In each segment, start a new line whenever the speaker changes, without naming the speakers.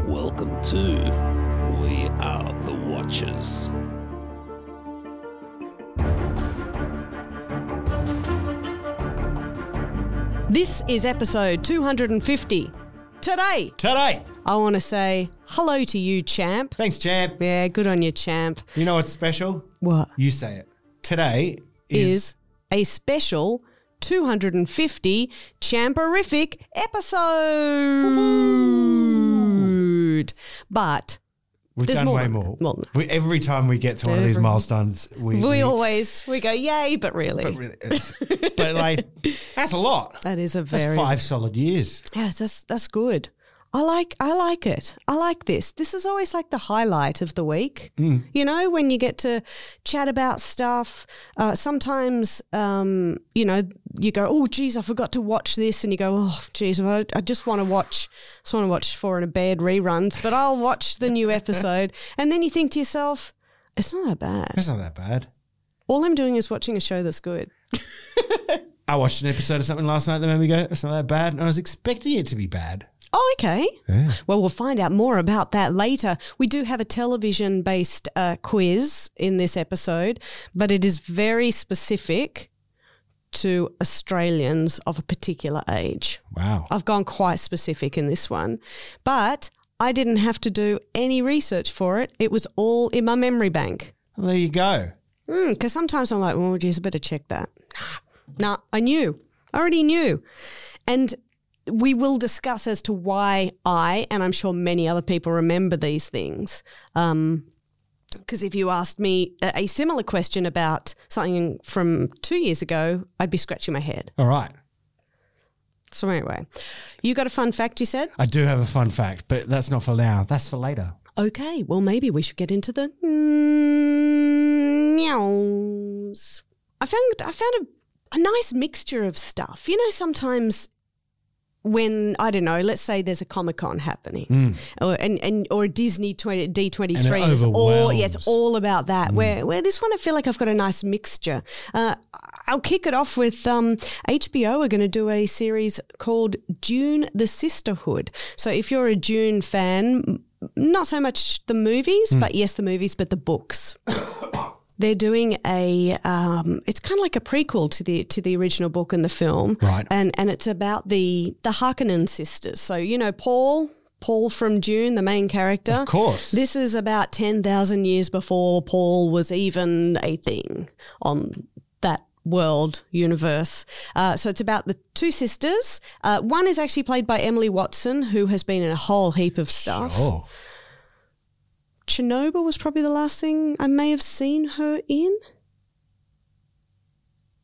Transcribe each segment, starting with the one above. Welcome to We Are the Watchers.
This is episode 250. Today,
today.
I want to say hello to you, champ.
Thanks, champ.
Yeah, good on you, champ.
You know what's special?
What
You say it. Today
is,
is,
a special 250 champerific episode? But
we've
there's
done
more
way
than that.
more.
Well, no.
We- every time we get to one of these
Every-
milestones, we,
we always we go yay, but really,
but really, it's- but like that's a lot.
that is a
That's
very
five solid years.
Yes, that's that's good. I like I like it. I like this. This is always like the highlight of the week. You know, when you get to chat about stuff. Uh, sometimes, um, you know, you go, "Oh, geez, I forgot to watch this," and you go, "Oh, geez, I, I just want to watch. Just want to watch Four in a Bed reruns, but I'll watch the new episode." and then you think to yourself, "It's not that bad.
That's not that bad.
All I'm doing is watching a show that's good."
I watched an episode of something last night that made me go, "It's not that bad," and I was expecting it to be bad.
Oh, okay.
Yeah.
Well, we'll find out more about that later. We do have a television based uh, quiz in this episode, but it is very specific to Australians of a particular age.
Wow.
I've gone quite specific in this one, but I didn't have to do any research for it. It was all in my memory bank.
Well, there you go.
Because Hmm, sometimes I'm like, oh, geez, I better check that. Nah, I knew. I already knew. And we will discuss as to why I, and I'm sure many other people remember these things. Because if you asked me a, a similar question about something from two years ago, I'd be scratching my head.
All right.
So, anyway, you got a fun fact you said?
I do have a fun fact, but that's not for now. That's for later.
Okay, well, maybe we should get into the meows. I found I found a, a nice mixture of stuff. You know, sometimes when I don't know, let's say there's a Comic Con happening, or and, and or a Disney twenty D twenty three.
Hmm. And it
All yeah,
overwhelms. Hmm.
it's all about that. Where where this one, I feel like I've got a nice mixture. Uh, I'll kick it off with um, HBO are going to do a series called June the Sisterhood. So if you're a June fan, m- not so much the movies,
Hmm.
but yes, the movies, but the books. They're doing a. Um, it's kind of like a prequel to the to the original book and the film,
Right.
And and it's about the the Harkonnen sisters. So you know Paul, Paul from June, the main character.
Of course.
This is about 10,000 years before Paul was even a thing on that world universe. Uh, so it's about the two sisters. Uh, one is actually played by Emily Watson, who has been in a whole heap of stuff.
Oh,
Chernobyl was probably the last thing I may have seen her in.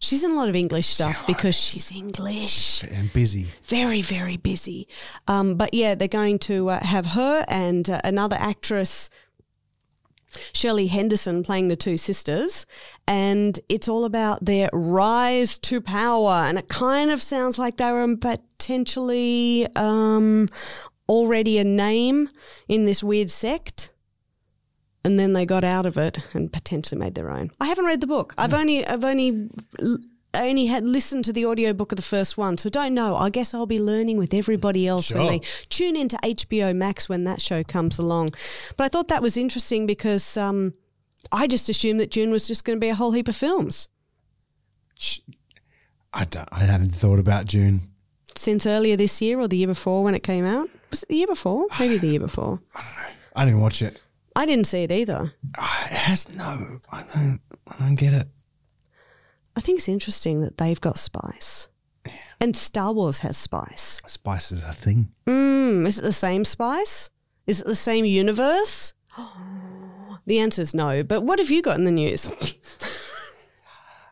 She's in a lot of English stuff because she's English
and busy.
very very busy um, but yeah they're going to uh, have her and uh, another actress shirley henderson playing the two sisters and it's all about their rise to power and it kind of sounds like they were potentially um, already a name in this weird sect and then they got out of it and potentially made their own. I haven't read the book. I've only I've only I only had listened to the audiobook of the first one, so don't know. I guess I'll be learning with everybody else when
Sure.
they tune into HBO Max when that show comes along. But I thought that was interesting because um, I just assumed that June was just going to be a whole heap of films
I don't. I haven't thought about June.
since earlier this year or the year before when it came out. Was it the year before? Maybe the year before.
I didn't watch it.
I didn't see it either.
Ah, it has no. I don't. I don't get it.
I think it's interesting that they've got spice. And Star Wars has spice.
Spice is a thing.
Mm, is it the same spice? Is it the same universe? The answer's no. But what have you got in the news?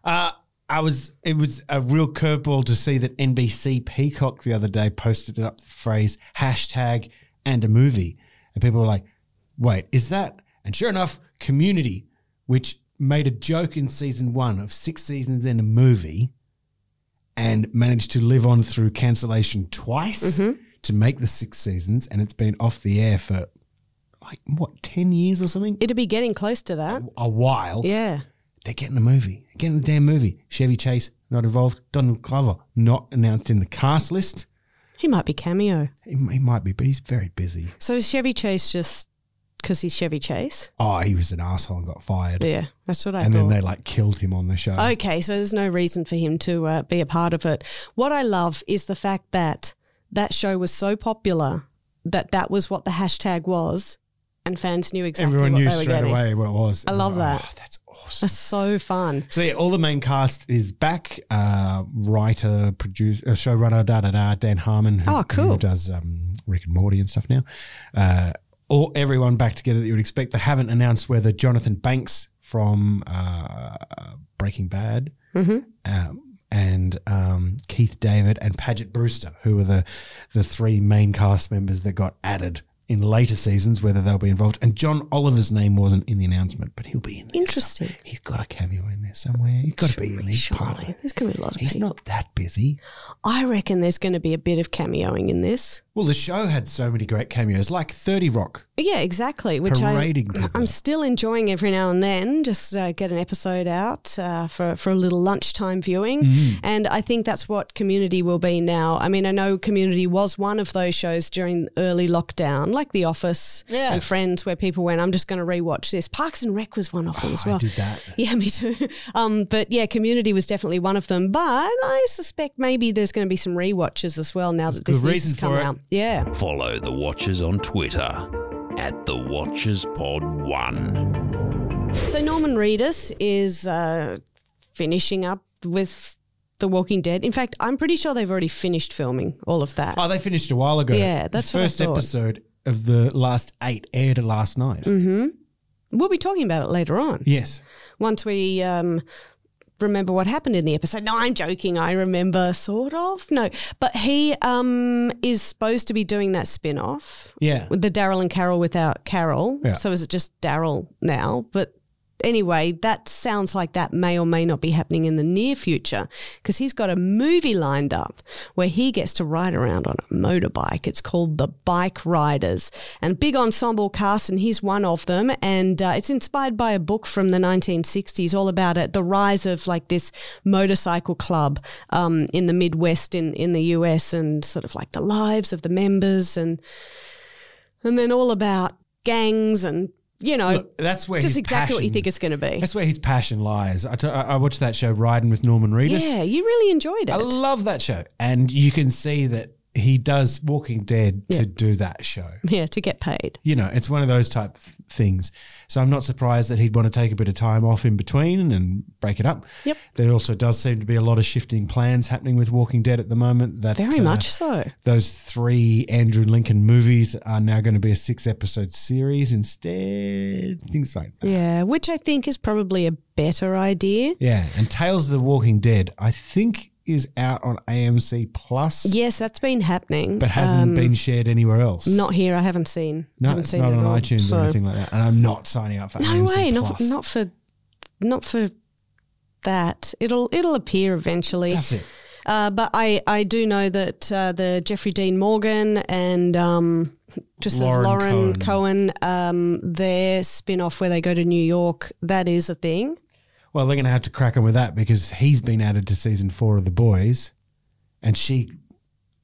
Uh, I was. It was a real curveball to see that NBC Peacock the other day posted up the phrase hashtag and a movie, and people were like, "Wait, is that?" And sure enough, Community, which made a joke in season one of six seasons and a movie, and managed to live on through cancellation twice to make the six seasons, and it's been off the air for like what ten years or something.
It'd be getting close to that.
a while.
Yeah.
They're getting a movie. Getting a damn movie. Chevy Chase not involved. Donald Glover not announced in the cast list.
He might be cameo.
He, he might be, but he's very busy.
So is Chevy Chase just because he's Chevy Chase?
Oh, he was an asshole and got fired.
Yeah, that's what I
and
thought.
then they like killed him on the show.
Okay, so there's no reason for him to uh, be a part of it. What I love is the fact that that show was so popular that that was what the hashtag was, and fans knew exactly
Everyone
what
knew
they were
straight
getting.
away what it was.
I
And
love
I'm like,
that.
"Oh, that's awesome.
That's so fun.
So yeah, all the main cast is back. Uh, writer, producer, uh, showrunner, da da da. Dan Harmon, who,
Oh, cool.
who does um, Rick and Morty and stuff now. Uh, all everyone back together that you would expect. They haven't announced whether Jonathan Banks from uh, Breaking Bad
Mm-hmm.
um, and um, Keith David and Paget Brewster, who were the the three main cast members that got added in later seasons, whether they'll be involved. And John Oliver's name wasn't in the announcement, but he'll be in. There
Interesting.
He's got a cameo in there somewhere. He's got to be in each part.
Surely, there's going to be a lot of
He's
people.
not that busy.
I reckon there's going to be a bit of cameoing in this.
Well, the show had so many great cameos, like Thirty Rock.
Yeah, exactly. Which I,
Parading people.
I'm still enjoying every now and then. Just uh, get an episode out uh, for for a little lunchtime viewing,
Mm.
and I think that's what Community will be now. I mean, I know Community was one of those shows during early lockdown, like The Office
Yeah.
and Friends, where people went, "I'm just going to rewatch this." Parks and Rec was one of them as
Oh, I
well.
did that.
Yeah, me too. Um, but yeah, Community was definitely one of them. But I suspect maybe there's going to be some rewatches as well now that
good
this news
reason
has come
for it.
out. Yeah.
Follow the Watchers on Twitter at the Watchers Pod One.
So Norman Reedus is uh, finishing up with The Walking Dead. In fact, I'm pretty sure they've already finished filming all of that.
Oh, they finished a while ago.
Yeah, that's
the
what I
first
thought.
episode of the last eight aired last night.
Mm. Mm-hmm. We'll be talking about it later on
Yes.
once we. Um, Remember what happened in the episode? No, I'm joking. I remember, sort of. No, but he um, is supposed to be doing that spin off
Yeah.
with the Daryl and Carol without Carol.
Yeah.
So is it just Daryl now? But anyway, that sounds like that may or may not be happening in the near future because he's got a movie lined up where he gets to ride around on a motorbike. It's called The Bike Riders and big ensemble cast, and he's one of them. And uh, it's inspired by a book from the 1960s, all about it, the rise of like this motorcycle club um, in the Midwest in, in the US and sort of like the lives of the members and and then all about gangs and you know
Look, that's where
just
his
exactly what you
passion-
think it's going to be.
That's where his passion lies. I, t- I I watched that show, Riding with Norman Reedus.
Yeah, you really enjoyed it.
I love that show, and you can see that he does Walking Dead
Yeah.
to do that show.
yeah, to get paid.
you know, it's one of those type of things. So I'm not surprised that he'd want to take a bit of time off in between and break it up.
Yep.
There also does seem to be a lot of shifting plans happening with Walking Dead at the moment. That
Very
uh,
much so.
Those three Andrew Lincoln movies are now going to be a six episode series instead. Things like that.
Yeah, which I think is probably a better idea.
Yeah. And Tales of the Walking Dead, I think, is out on AMC Plus,
Yes, that's been happening.
but hasn't been shared anywhere else.
um, Not here. I haven't seen.
no,
haven't
it's
seen
not
it
on
at all,
iTunes
so-
or anything like that. And I'm not signing up for
No
AMC
way. Not
Plus.
not for not for that. It'll it'll appear eventually.
That's it.
Uh, but I, I do know that uh, the Jeffrey Dean Morgan and um, just
Lauren
as Lauren
Cohen.
Cohen, um, their spin off where they go to New York, that is a thing.
Well, they're going to have to crack on with that because he's been added to season four of The Boys, and she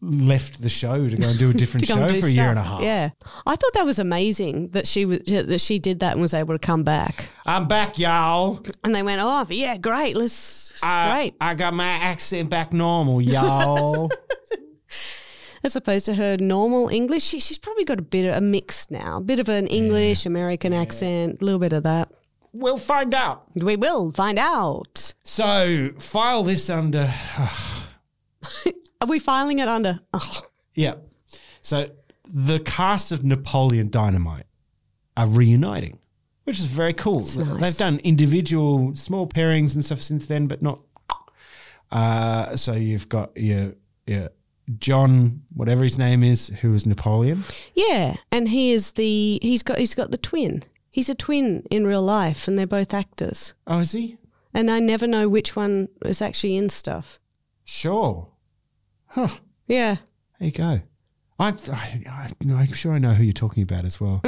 left the show to go and do a different
To
show
go
for
and
a
do
year and a
stuff.
half.
Yeah, I thought that was amazing that she was that she did that and was able to come back.
I'm back, y'all.
And they went, oh yeah, great, let's it's
I,
great.
I got my accent back normal, y'all.
As opposed to her normal English, she, she's probably got a bit of a mix now, a bit of an English American accent, a little bit of that.
we'll find out.
We will find out.
So file this under.
Are we filing it under? Oh,
yeah. So the cast of Napoleon Dynamite are reuniting, which is very cool.
nice.
They've done individual small pairings and stuff since then, but not. Uh, so you've got your your John, whatever his name is, who was Napoleon.
yeah. And he is the he's got he's got the twin. He's a twin in real life, and they're both actors.
Oh, is he?
And I never know which one is actually in stuff.
Sure. Huh.
Yeah,
There you go. I, I, I, no, I'm sure I know who you're talking about as well.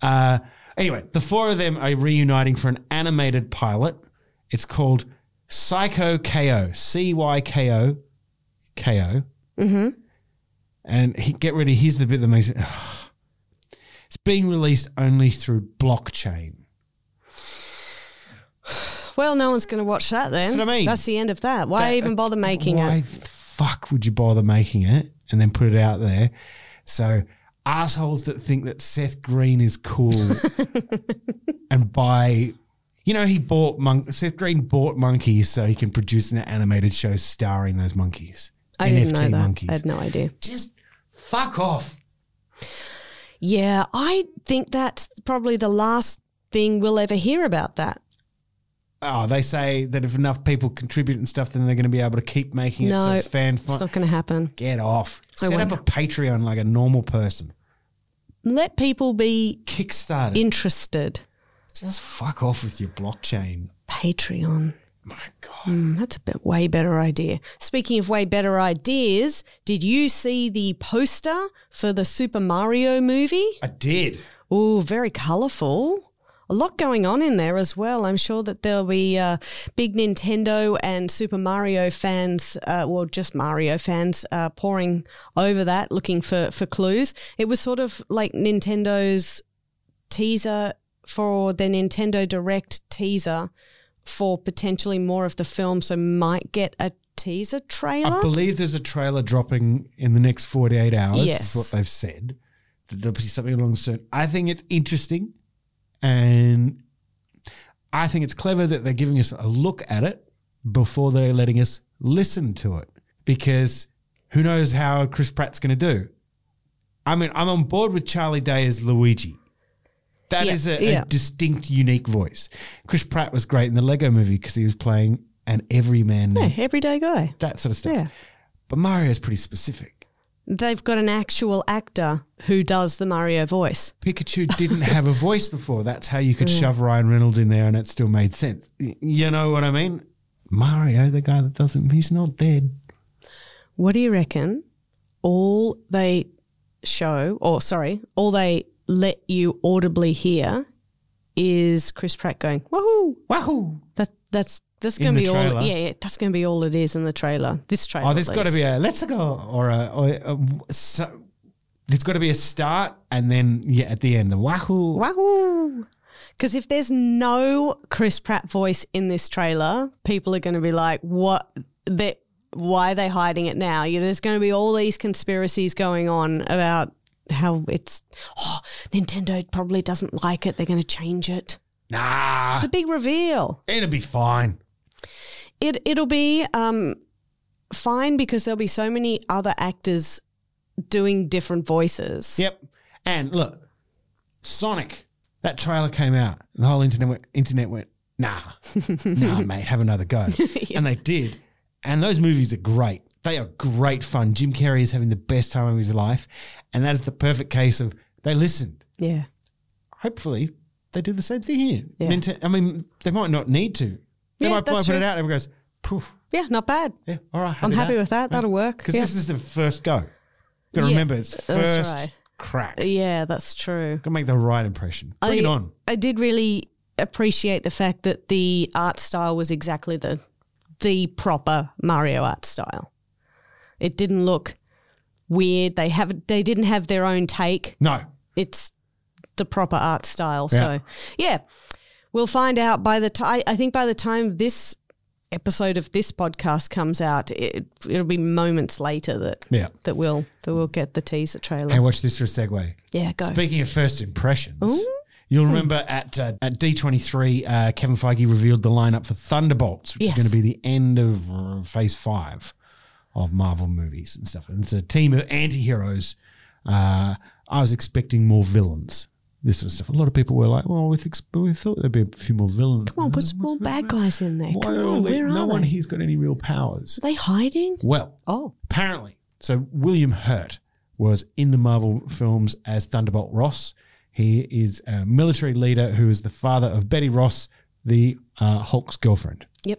Uh, anyway, the four of them are reuniting for an animated pilot. It's called
Mm-hmm.
Psycho KO, C Y K O, KO. And he, get ready. Here's the bit that makes it. it's being released only through blockchain.
Well, no one's going to watch that then.
That's what I mean.
That's the end of that. Why
That-
even bother making
why
it?
the fuck would you bother making it and then put it out there? So assholes that think that Seth Green is cool and buy, you know, he bought monk. Seth Green bought monkeys so he can produce an animated show starring those monkeys.
I
NFT
didn't know that.
monkeys.
I had no idea.
Just fuck off.
Yeah, I think that's probably the last thing we'll ever hear about that.
Oh, they say that if enough people contribute and stuff, then they're going to be able to keep making it. so
No,
it's fan
It's
fun.
not going to happen.
Get off.
I
Set up a Patreon like a normal person.
Let people be
Kickstarter.
interested.
Just fuck off with your blockchain.
Patreon.
My God.
Mm, that's a bit, way better idea. Speaking of way better ideas, did you see the poster for the Super Mario movie?
I did.
Oh, very colourful. A lot going on in there as well. I'm sure that there'll be uh, big Nintendo and Super Mario fans, uh, well, just Mario fans, uh, pouring over that, looking for for clues. It was sort of like Nintendo's teaser for the Nintendo Direct teaser for potentially more of the film, so might get a teaser
I
trailer.
believe there's a trailer dropping in the next 48 hours.
Yes.
Is what they've said. That There'll be something along soon. I think it's interesting. And I think it's clever that they're giving us a look at it before they're letting us listen to it. Because who knows how Chris Pratt's going to do. I mean, I'm on board with Charlie Day as Luigi. That
Yeah,
is a,
yeah.
a distinct, unique voice. Chris Pratt was great in the Lego movie because he was playing an everyman named
yeah, everyday guy.
that sort of stuff.
Yeah.
But Mario's pretty specific.
They've got an actual actor who does the Mario voice.
Pikachu didn't have a voice before. That's how you could shove Ryan Reynolds in there and it still made sense. Y- You know what I mean? Mario, the guy that doesn't, he's not dead.
What do you reckon? All they show, or sorry, all they let you audibly hear is Chris Pratt going, "Woohoo!"
Wahoo!
That that's that's
In
going to
the
be
trailer?
all. Yeah, yeah, that's going to be all it is in the trailer. This trailer.
Oh,
at
there's got to
least.
be a let's go or a, or a so, there's got to be a start and then yeah at the end the wahoo.
wahoo. Because if there's no Chris Pratt voice in this trailer, people are going to be like, "What? That? Why are they hiding it now?" You know, there's going to be all these conspiracies going on about how it's oh, Nintendo probably doesn't like it. They're going to change it.
Nah,
It's a big reveal.
it'll be fine.
It it'll be um, fine because there'll be so many other actors doing different voices.
Yep. And look, Sonic. That trailer came out, and the whole internet went. Internet went. Nah, nah, mate, have another go. And they did. And those movies are great. They are great fun. Jim Carrey is having the best time of his life, and that is the perfect case of they listened.
Yeah.
Hopefully, they do the same thing here.
Yeah.
Ninte- I mean, they might not need to. They
Yeah,
might
that's
put it
true.
out, and everyone goes, "Poof,
Yeah. Not bad.
yeah, all right."
I'm happy with that. That'll work.
because
Yeah.
this is the first go. Got to
Yeah,
remember, it's
that's
first
right.
crack.
Yeah, that's true.
Got to make the right impression. Bring
I,
it on.
I did really appreciate the fact that the art style was exactly the the proper Mario art style. It didn't look weird. They have they didn't have their own take.
No.
It's the proper art style.
Yeah.
So yeah, we'll find out by the time. I think by the time this episode of this podcast comes out, it, it'll be moments later that
Yeah.
that we'll that we'll get the teaser trailer.
Hey, watch this for a segue.
yeah, go.
Speaking of first impressions, you'll remember at uh, at D23, uh, Kevin Feige revealed the lineup for Thunderbolts, which
Yes.
is going to be the end of uh, phase five of Marvel movies and stuff. And it's a team of anti heroes. Uh, I was expecting more villains. This sort of stuff. A lot of people were like, "Well, we, th- we thought there'd be a few more villains."
Come on, put some more bad guys in there.
Why
Come
are
on,
they-
where
no
are
one
they?
here's got any real powers.
Are they hiding?
Well,
Oh,
apparently. So William Hurt was in the Marvel films as Thunderbolt Ross. He is a military leader who is the father of Betty Ross, the uh, Hulk's girlfriend,
yep.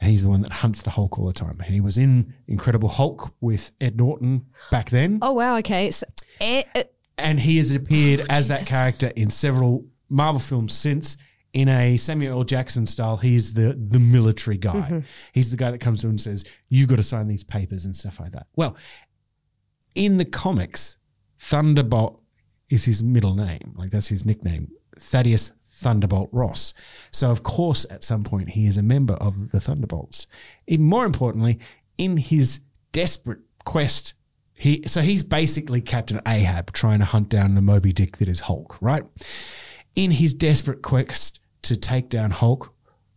and he's the one that hunts the Hulk all the time. He was in Incredible Hulk with Ed Norton back then,
Oh wow. Okay. So, eh, eh,
and he has appeared as that character in several Marvel films since. In a Samuel L. Jackson style, he's the the military guy. He's the guy that comes to him and says, "You got to sign these papers and stuff like that." Well, in the comics, Thunderbolt is his middle name. Like that's his nickname, Thaddeus Thunderbolt Ross. So of course, at some point, he is a member of the Thunderbolts. Even more importantly, in his desperate quest, he so he's basically Captain Ahab trying to hunt down the Moby Dick that is Hulk, right? In his desperate quest to take down Hulk,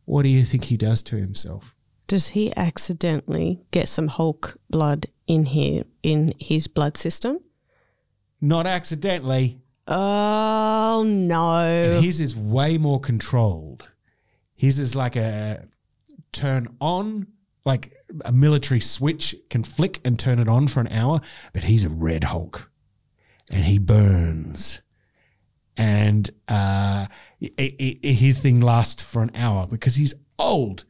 what do you think he does to himself?
Does he accidentally get some Hulk blood in here in his blood system?
Not accidentally.
Oh no.
And his is way more controlled. His is like a turn on, like a military switch can flick and turn it on for an hour, but he's a red Hulk and he burns. And uh, i i i his thing lasts for an hour because he's old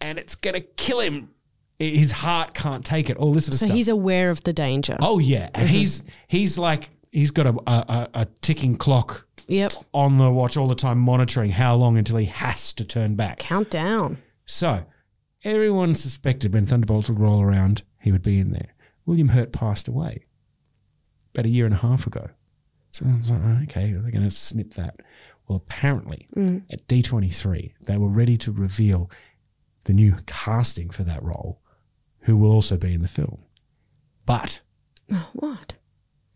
and it's going to kill him. I- His heart can't take it, all this sort of
So
stuff.
he's aware of the danger.
oh, yeah. And he's, he's like, he's got a, a, a a ticking clock
Yep.
on the watch all the time, monitoring how long until he has to turn back.
Countdown.
So, everyone suspected when Thunderbolt would roll around, he would be in there. William Hurt passed away about a year and a half ago. So I was like, "Oh, okay, they're going to snip that. Well, apparently
Mm.
at D23, they were ready to reveal the new casting for that role, who will also be in the film. But
Oh, what?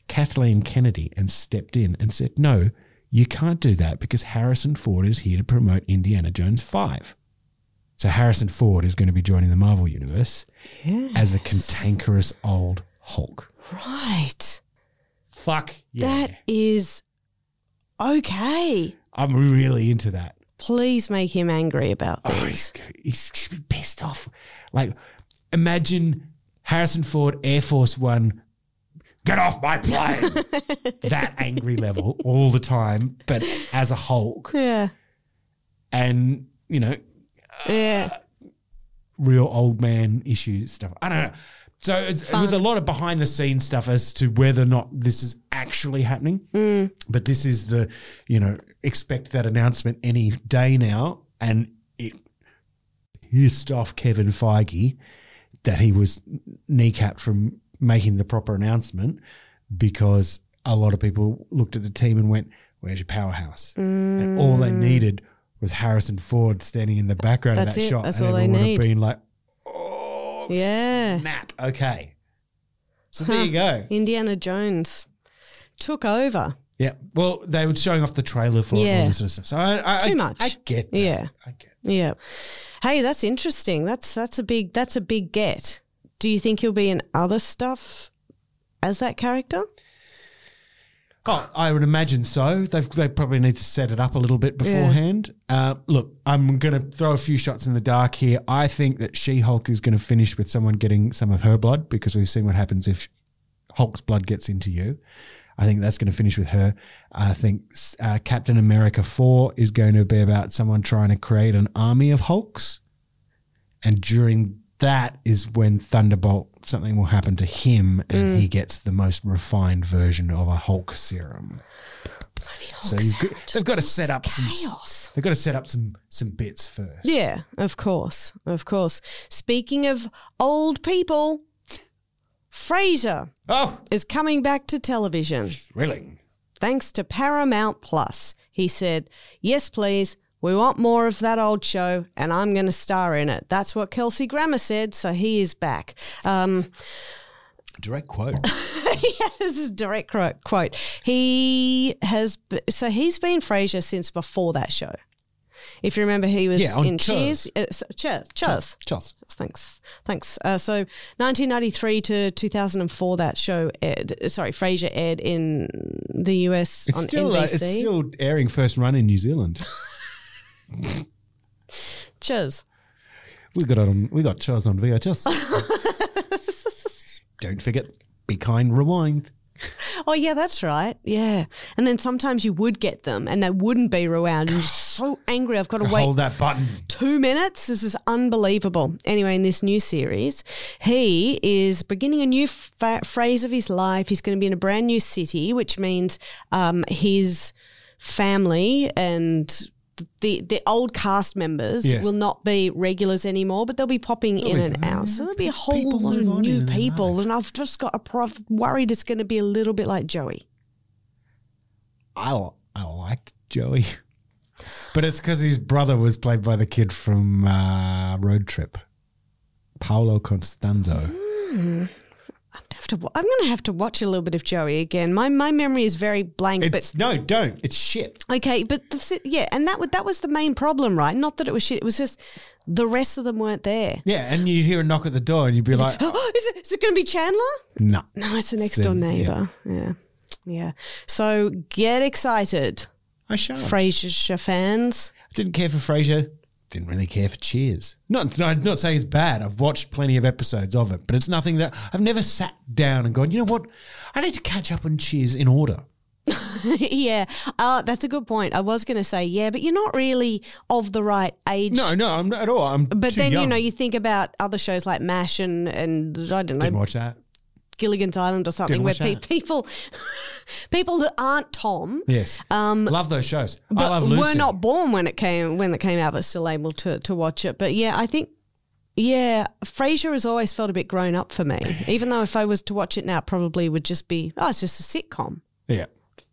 Kathleen Kennedy and stepped in and said, No, you can't do that because Harrison Ford is here to promote Indiana Jones 5. So Harrison Ford is going to be joining the Marvel Universe
Yeah.
as a cantankerous old Hulk.
Right.
Fuck yeah.
That is okay.
I'm really into that.
Please make him angry about
Oh,
things.
he's, he's gonna be pissed off. Like, imagine Harrison Ford Air Force One, get off my plane. that angry level all the time, but as a Hulk.
yeah.
And, you know,
Yeah.
real old man issues stuff. I don't know. So it's, it was a lot of behind the scenes stuff as to whether or not this is actually happening. But this is the, you know, expect that announcement any day now. And it pissed off Kevin Feige that he was kneecapped from making the proper announcement because a lot of people looked at the team and went, Where's your powerhouse? And all they needed was Harrison Ford standing in the background
Mm. That's
of that
it.
shot.
That's
and
all they
everyone would
need.
have been like, Oh,
Yeah.
snap. Okay. So
Huh.
there you go.
Indiana Jones took over.
Yeah. Well, they were showing off the trailer for it and
Yeah.
all this sort of stuff. So I, I,
Too
I,
much.
I get that.
Yeah.
I get
Yeah. Hey, that's interesting. That's that's a big that's a big get. Do you think he'll be in other stuff as that character?
Oh, I would imagine so. They've they probably need to set it up a little bit beforehand. Uh, look, I'm going to throw a few shots in the dark here. I think that She Hulk is going to finish with someone getting some of her blood because we've seen what happens if Hulk's blood gets into you. I think that's going to finish with her. I think uh, Captain America 4 is going to be about someone trying to create an army of Hulks. And during that is when Thunderbolt, something will happen to him and
Mm.
he gets the most refined version of a Hulk serum. So you've got, they've got to set up some.
chaos.
They've got to set up some some bits first.
Yeah, of course. Of course. Speaking of old people, Frasier
Oh,
is coming back to television.
thrilling!
thanks to Paramount Plus. He said, Yes, please. We want more of that old show, and I'm going to star in it. That's what Kelsey Grammer said, so he is back. Um,
Direct quote.
this is a direct cro- quote. He has, b- so he's been Frasier since before that show. If you remember, he was
Yeah, on
in
Cheers.
Cheers. Uh, s- Cheers. Cheers.
Chos.
Thanks. Thanks. Uh, so 1993 to 2004, that show aired, sorry, Frasier aired in the US
It's
on
still uh,
NBC.
it's still airing first run in New Zealand.
Cheers.
We got it on. We got Chos on VHS. Don't forget, be kind. Rewind.
Oh yeah, that's right. Yeah. And then sometimes you would get them and they wouldn't be rewound. And you're just so angry. I've got to wait
Hold that button.
two minutes. This is unbelievable. Anyway, in this new series, he is beginning a new fa- phase of his life. He's going to be in a brand new city, which means um, his family and the the old cast members
Yes.
will not be regulars anymore, but they'll be popping in
be-
and out. So there'll be a whole
People
lot
move
of
on
new
in and out.
people people, and I've just got a prof- worried it's going to be a little bit like Joey.
I l- I liked Joey, but it's because his brother was played by the kid from uh, Road Trip, Paolo Constanzo.
I'm gonna have to. wa- I'm going to have to watch a little bit of Joey again. My my memory is very blank, Mm, but
It's no, don't. It's shit.
Okay, but that's it- yeah, and that wa- that was the main problem, right? Not that it was shit; it was just the rest of them weren't there.
Yeah, and you hear a knock at the door, and you'd be like,
Oh, is it, is it going to be Chandler?
"No,
No, it's the next door
Sim, yeah.
neighbor. Yeah. yeah, So get excited,
I shan't."
Frasier fans.
Didn't care for Frasier. Didn't really care for Cheers. Not, not, not saying it's bad. I've watched plenty of episodes of it, but it's nothing that I've never sat down and gone. You know what? I need to catch up on Cheers in order.
yeah, uh, that's a good point. I was going to say yeah, but you're not really of the right age.
No, no, I'm not at all. I'm
But
too
then you
young.
know you think about other shows like Mash and and I don't know
didn't watch that.
Gilligan's Island or something
Didn't
where
watch
pe-
that.
people people that aren't Tom
Yes, um, love those shows. I
but
love Lucy.
we're not born when it came when it came out, but still able to to watch it. But yeah, I think yeah, Frasier has always felt a bit grown up for me. Even though if I was to watch it now, it probably would just be oh, it's just a sitcom.
Yeah,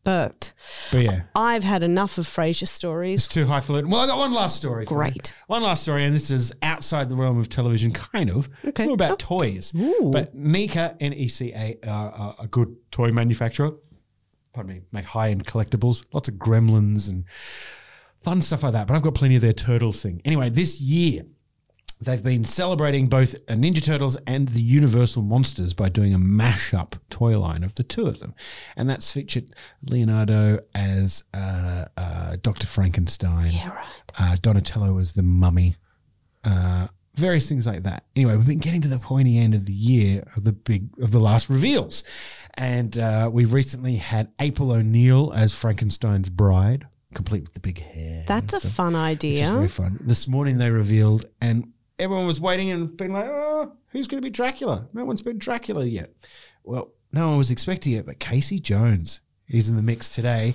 But
but yeah,
I've had enough of Frasier stories.
it's too highfalutin. Well, I got one last story. for you.
Great.
One last story, and this is outside the realm of television, kind of. It's
Okay.
more about toys. But Nika, N E C A, are are a good toy manufacturer. Pardon me, make high end collectibles, lots of gremlins and fun stuff like that. But I've got plenty of their turtles thing. Anyway, this year, They've been celebrating both uh, Ninja Turtles and the Universal Monsters by doing a mashup toy line of the two of them. And that's featured Leonardo as uh, uh, Dr. Frankenstein,
Yeah, right.
uh, Donatello as the mummy, uh, various things like that. Anyway, we've been getting to the pointy end of the year of the big of the last reveals, and uh, we recently had April O'Neil as Frankenstein's bride, complete with the big hair.
That's a fun
which is
idea.
very fun. This morning they revealed, and everyone was waiting and being like, "Oh, who's going to be Dracula? No one's been Dracula yet." Well, no one was expecting it, but Casey Jones is in the mix today,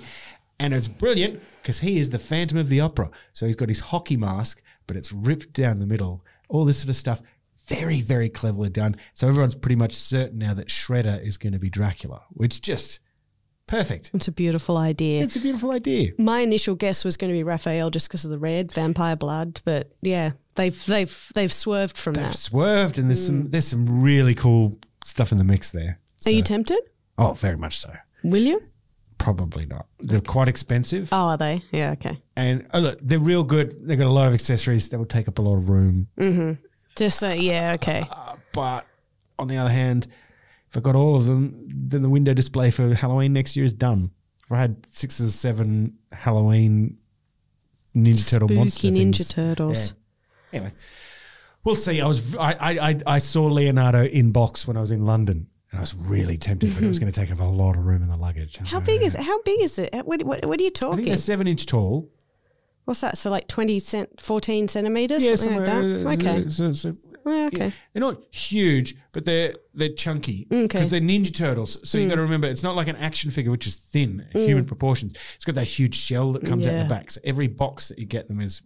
and it's brilliant because he is the Phantom of the Opera. So he's got his hockey mask, but it's ripped down the middle. All this sort of stuff. Very, very cleverly done. So everyone's pretty much certain now that Shredder is going to be Dracula, which just perfect.
It's a beautiful idea.
It's a beautiful idea.
My initial guess was going to be Raphael just because of the red vampire blood, but yeah, they've they've they've swerved from
They've
that.
swerved, and there's some there's some really cool stuff in the mix there. So-
Mm. Are you tempted?
oh, very much so.
Will you?
Probably not. They're quite expensive,
Oh, are they? Yeah, okay.
and oh look, they're real good. They've got a lot of accessories that will take up a lot of room.
Just uh, yeah, okay.
Uh, but on the other hand, if I got all of them, then the window display for Halloween next year is done. If I had six or seven Halloween Ninja Turtle
Spooky
monster
Ninja
things,
Turtles.
Yeah. Anyway, we'll see. I was I, I I- I saw Leonardo in box when I was in London, and I was really tempted, but it was going to take up a lot of room in the luggage.
Mm-hmm. How big is how big is it? How- What, what, what are you
I think
talking?
they're seven inch tall.
What's that? So like twenty cent, fourteen centimeters,
Yeah,
something like
somewhere,
that.
uh,
Okay,
so- so-
Oh, okay.
They're not huge, but they're they're chunky because
Mm, Okay. Mm.
they're Ninja Turtles. So you got to remember, it's not like an action figure which is thin, human proportions. It's got that huge shell that comes out
Yeah.
the back. So every box that you get them is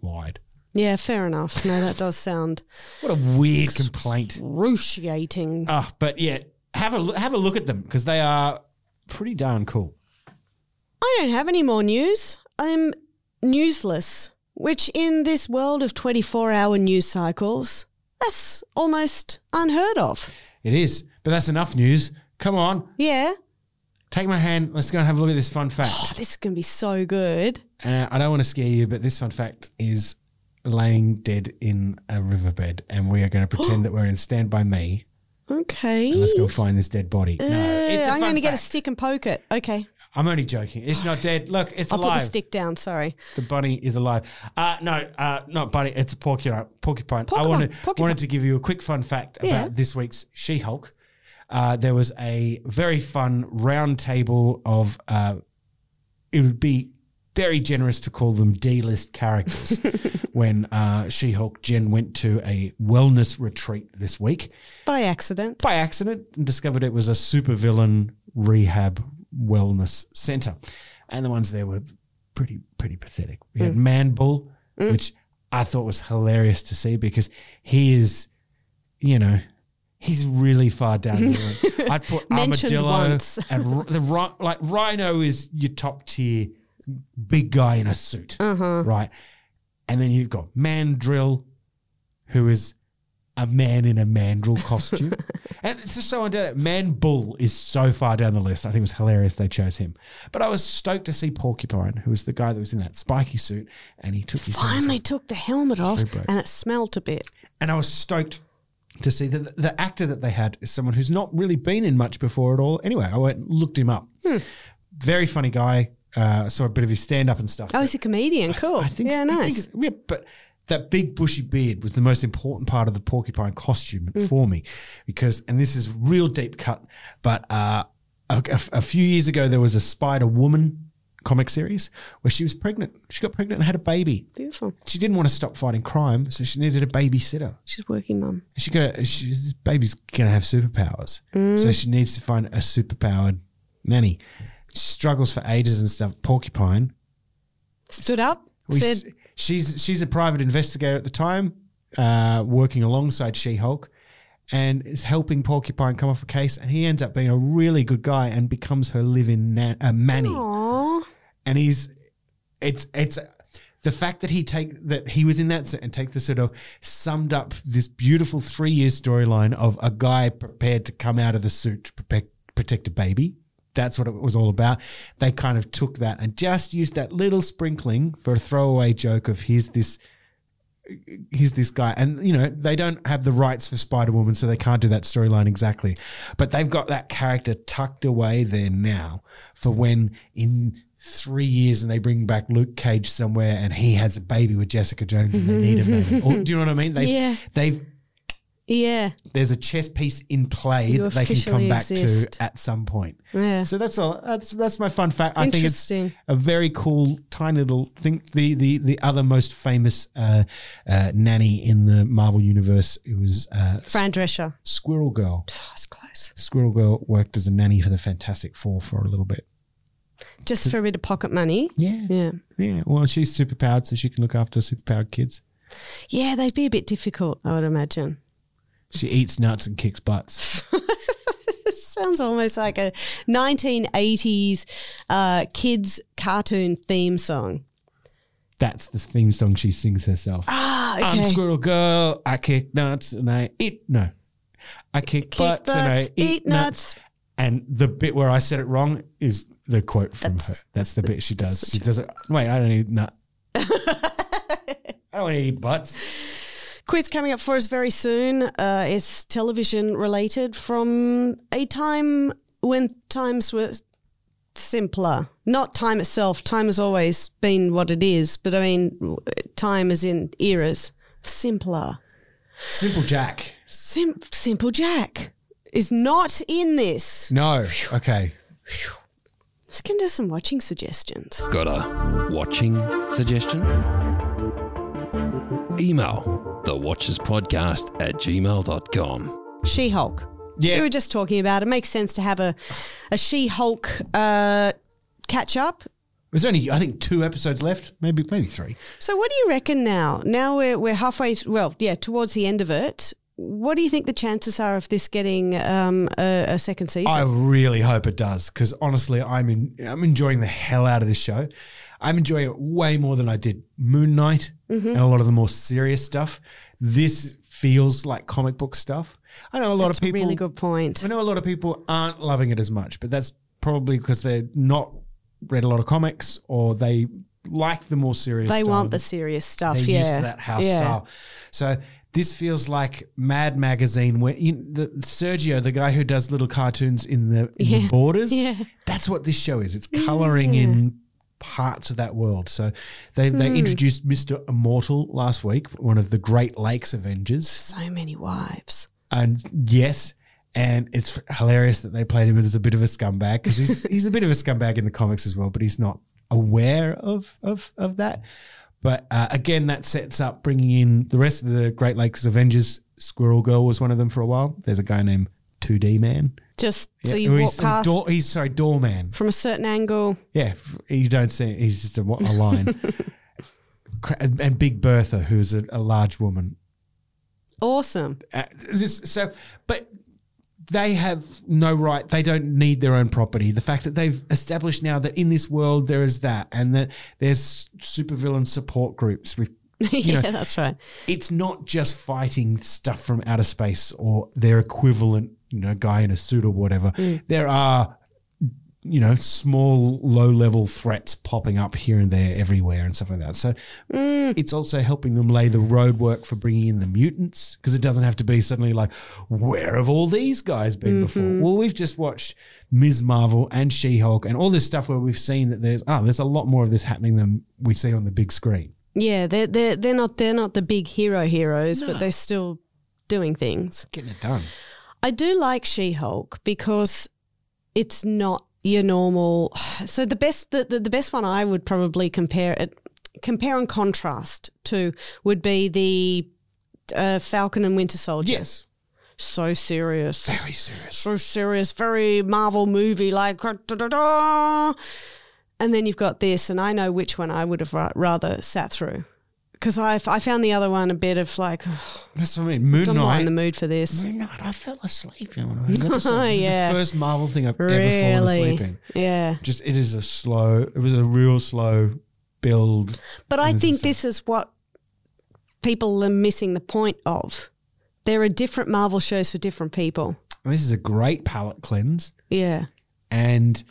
wide.
Yeah, fair enough. No, that does sound
What a weird complaint.
excruciating.
Ah, but yeah, have a l- have a look at them because they are pretty darn cool.
I don't have any more news. I'm newsless, which in this world of twenty-four hour news cycles, that's almost unheard of.
It is, but that's enough news. Come on,
Yeah,
take my hand. Let's go and have a look at this fun fact.
oh, this is gonna be so good.
Uh, I don't want to scare you, but this fun fact is laying dead in a riverbed, and we are going to pretend that we're in Stand By Me.
Okay,
And let's go find this dead body. No, it's a
Uh, I'm
fun
gonna get a
fact.
stick and poke it. Okay,
I'm only joking. It's not dead. Look, it's
I'll put
alive.
the stick down. Sorry.
The bunny is alive. Uh, no, uh, not bunny. It's a porcupine. Porcupine. I
Porcupine,
wanted
porcupine.
wanted to give you a quick fun fact
Yeah.
about this week's She-Hulk. Uh, there was a very fun round table of. Uh, it would be very generous to call them D-list characters. when uh, She-Hulk Jen went to a wellness retreat this week
By accident.
by accident and discovered it was a supervillain rehab wellness center. And the ones there were pretty, pretty pathetic. We
Mm.
had Man Bull, which I thought was hilarious to see because he is, you know, He's really far down the line. I'd put
Mentioned
Armadillo
once.
and r- the ri- like Rhino is your top tier big guy in a suit,
Uh-huh.
right? And then you've got Mandrill, who is a man in a mandrill costume. and it's just so undead. Man Bull is so far down the list. I think it was hilarious they chose him. But I was stoked to see Porcupine, who was the guy that was in that spiky suit, and he took his hands
Finally took the helmet off
Very brave.
and it smelt a bit.
and I was stoked to see that the actor that they had is someone who's not really been in much before at all. Anyway, I went and looked him up.
Hmm.
Very funny guy. Uh, saw a bit of his stand up and stuff.
Oh, he's a comedian. Cool.
I think,
yeah,
I think
nice.
it's- yeah, but that big bushy beard was the most important part of the porcupine costume
Mm.
for me because, and this is real deep cut, but uh, a, a- a few years ago there was a Spider Woman comic series where she was pregnant. She got pregnant and had a baby.
Beautiful.
She didn't want to stop fighting crime, so she needed a babysitter.
She's working mum.
She got she's this baby's gonna have superpowers,
Mm.
so she needs to find a superpowered nanny. She struggles for ages and stuff. Porcupine.
Stood up,
We
said,
s- she's she's a private investigator at the time, uh, working alongside She Hulk, and is helping Porcupine come off a case. And he ends up being a really good guy and becomes her live-in na- uh, nanny
"Aw,
and he's it's it's the fact that he take that he was in that s- and take the sort of summed up this beautiful three year storyline of a guy prepared to come out of the suit to protect, protect a baby. That's what it was all about. They kind of took that and just used that little sprinkling for a throwaway joke of here's this he's this guy and you know they don't have the rights for spider-woman so they can't do that storyline exactly but they've got that character tucked away there now for when in three years and they bring back luke cage somewhere and he has a baby with jessica jones and they need a man or, do you know what i mean they,
Yeah.
they've
yeah,
there's a chess piece in play
You
that they can
officially
come back
exist.
to at some point
yeah.
so that's all. That's that's my fun fact. I think it's
Interesting.
a very cool, tiny little thing. The the the other most famous uh, uh, nanny in the Marvel universe it was uh,
Fran Drescher.
Squirrel Girl.
Oh, it's close.
Squirrel Girl worked as a nanny for the Fantastic Four for a little bit.
Just for a bit of pocket money.
Yeah,
Yeah.
yeah. Well, she's superpowered, so she can look after superpowered kids.
Yeah, they'd be a bit difficult, I would imagine.
She eats nuts and kicks butts.
Sounds almost like a 1980s uh, kids cartoon theme song.
That's the theme song she sings herself.
Ah,
I'm
okay.
Squirrel Girl. I kick nuts and I eat no. I kick,
Kick
butts, and I
butts,
eat,
eat
nuts. And the bit where I said it wrong is the quote from
That's-
her. That's the bit she does. She does it. Wait, I don't eat nut. I don't eat butts.
Quiz coming up for us very soon. Uh, it's television related from a time when times were simpler. Not time itself. Time has always been what it is, but I mean, w- time is in eras. Simpler.
Simple Jack.
Sim- Simple Jack is not in this.
No. Okay.
Let's get into some watching suggestions.
Got a watching suggestion? Email the Watchers Podcast at gmail.com.
She Hulk.
Yeah.
We were just talking about it. Makes sense to have a, a She Hulk uh, catch up.
There's only I think two episodes left. Maybe maybe three.
So, what do you reckon now? Now we're, we're halfway, well, yeah, towards the end of it. What do you think the chances are of this getting um, a, a second season?
I really hope it does because honestly, I'm in, I'm enjoying the hell out of this show. I'm enjoying it way more than I did Moon Knight
Mm-hmm.
and a lot of the more serious stuff. This feels like comic book stuff. I know a lot
That's
of people.
a really good point.
I know a lot of people aren't loving it as much, but that's probably because they're not read a lot of comics or they like the more serious.
They
style.
want the serious stuff.
um, They're
yeah.
used to that house
yeah.
style. So this feels like Mad Magazine, where you, the, Sergio, the guy who does little cartoons in the, in the
Yeah.
borders,
Yeah.
that's what this show is. It's coloring in parts of that world. So they
Hmm.
they introduced Mister Immortal last week, one of the Great Lakes Avengers,
So many wives.
and yes. And it's hilarious that they played him as a bit of a scumbag because he's, he's a bit of a scumbag in the comics as well, but he's not aware of of, of that. But uh, again, that sets up bringing in the rest of the Great Lakes Avengers. Squirrel Girl was one of them for a while. There's a guy named 2D Man.
Just so
Yeah,
you
or
walk
he's- or
past
Door, he's sorry, Doorman.
from a certain angle.
Yeah, f- you don't see. it. He's just a, wa- a line. Cra- and Big Bertha, who's a, a large woman.
Awesome.
Uh, this, so, but they have no right. They don't need their own property. The fact that they've established now that in this world there is that, and that there's supervillain support groups with. You
yeah,
know,
that's right.
it's not just fighting stuff from outer space or their equivalent, you know, guy in a suit or whatever. There are, you know, small, low level threats popping up here and there everywhere and stuff like that. So it's also helping them lay the roadwork for bringing in the mutants because it doesn't have to be suddenly like, where have all these guys been before? Well, we've just watched Ms. Marvel and She Hulk and all this stuff where we've seen that there's, ah, there's a lot more of this happening than we see on the big screen.
Yeah, they're they're they're not they're not the big hero heroes, but they're still doing things.
Getting it done.
I do like She Hulk because it's not your normal. So the best the, the, the best one I would probably compare it compare and contrast to would be the uh, Falcon and Winter Soldier.
Yes.
So serious.
Very serious.
so serious, very Marvel movie, like da, da, da. and then you've got this, and I know which one I would have ra- rather sat through because I, f- I found the other one a bit of like
That's what I mean. Moon
I'm not in
Knight.
the mood for this.
Moon Knight. I fell asleep in one of those episodes. This is
Yeah.
The first Marvel thing I've ever fallen asleep
Really,
in.
yeah.
Just it is a slow. It was a real slow build.
But I
This is
think
the
this is what people are missing the point of. There are different Marvel shows for different people.
And this is a great palate cleanse,
Yeah,
and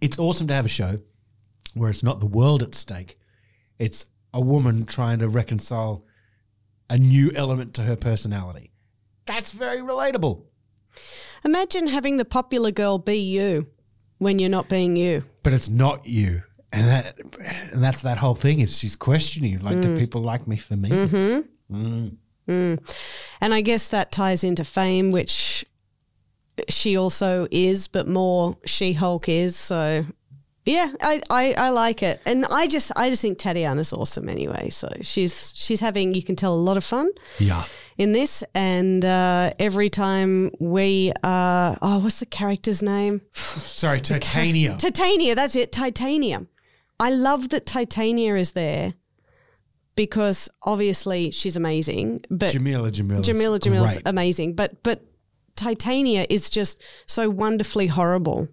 it's awesome to have a show where it's not the world at stake. It's a woman trying to reconcile a new element to her personality. That's very relatable.
imagine having the popular girl be you when you're not being you.
but it's not you. And that and that's that whole thing is she's questioning you, like,
Mm.
do people like me for me?
Mm-hmm.
Mm.
And I guess that ties into fame, which she also is, but more She Hulk is. So yeah, I, I, I like it. And I just I just think Tatiana's awesome anyway. So she's she's having you can tell a lot of fun
Yeah.
in this. And uh, every time we uh oh what's the character's name?
Sorry, Titania.
Titania, that's it, titanium. I love that Titania is there because obviously she's amazing, but
Jamila Jamila.
Jamila Jamila's amazing, but but Titania is just so wonderfully horrible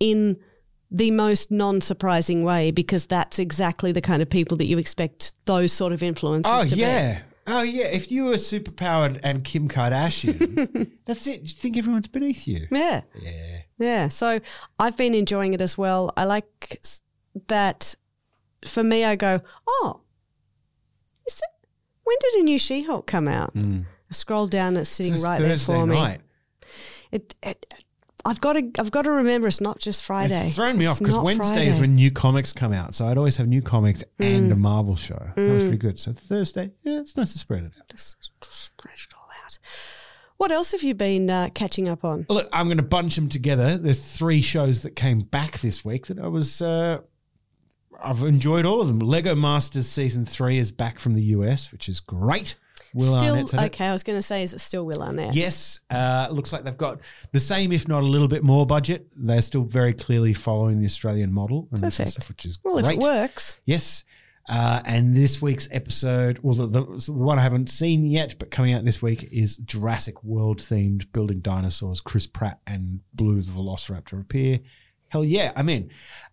in the most non-surprising way because that's exactly the kind of people that you expect those sort of influences
Oh
to be.
yeah. Oh yeah. If you were superpowered and Kim Kardashian, that's it. You think everyone's beneath you.
Yeah.
Yeah.
Yeah. So I've been enjoying it as well. I like s- that for me I go, "Oh, is it, when did a new She-Hulk come out?" I scroll down it's sitting
It's
right
Thursday
there for me.
night.
It, it, I've got to, I've got to remember it's not just Friday.
It's thrown me
It's
off because
not
Wednesday is
Friday. Mm.
when new comics come out. So I'd always have new comics and a Marvel show. That was pretty good. So Thursday, yeah, it's nice to spread it out.
Just scratch it all out. What else have you been uh, catching up on?
Well, Look, I'm going to bunch them together. There's three shows that came back this week that I was. Uh, I've enjoyed all of them. Lego Masters season three is back from the US, which is great. Will
still
Arnett's in it.
okay. I was going to say, is it still Will Arnett?
Yes, uh, looks like they've got the same, if not a little bit more budget. They're still very clearly following the Australian model, and this
Perfect.
Stuff, which is
Well, if
great.
it works,
Yes. Uh, and this week's episode, well, the, the, so the one I haven't seen yet, but coming out this week is Jurassic World themed Building Dinosaurs. Chris Pratt and Blue the Velociraptor appear. Hell yeah, I'm in.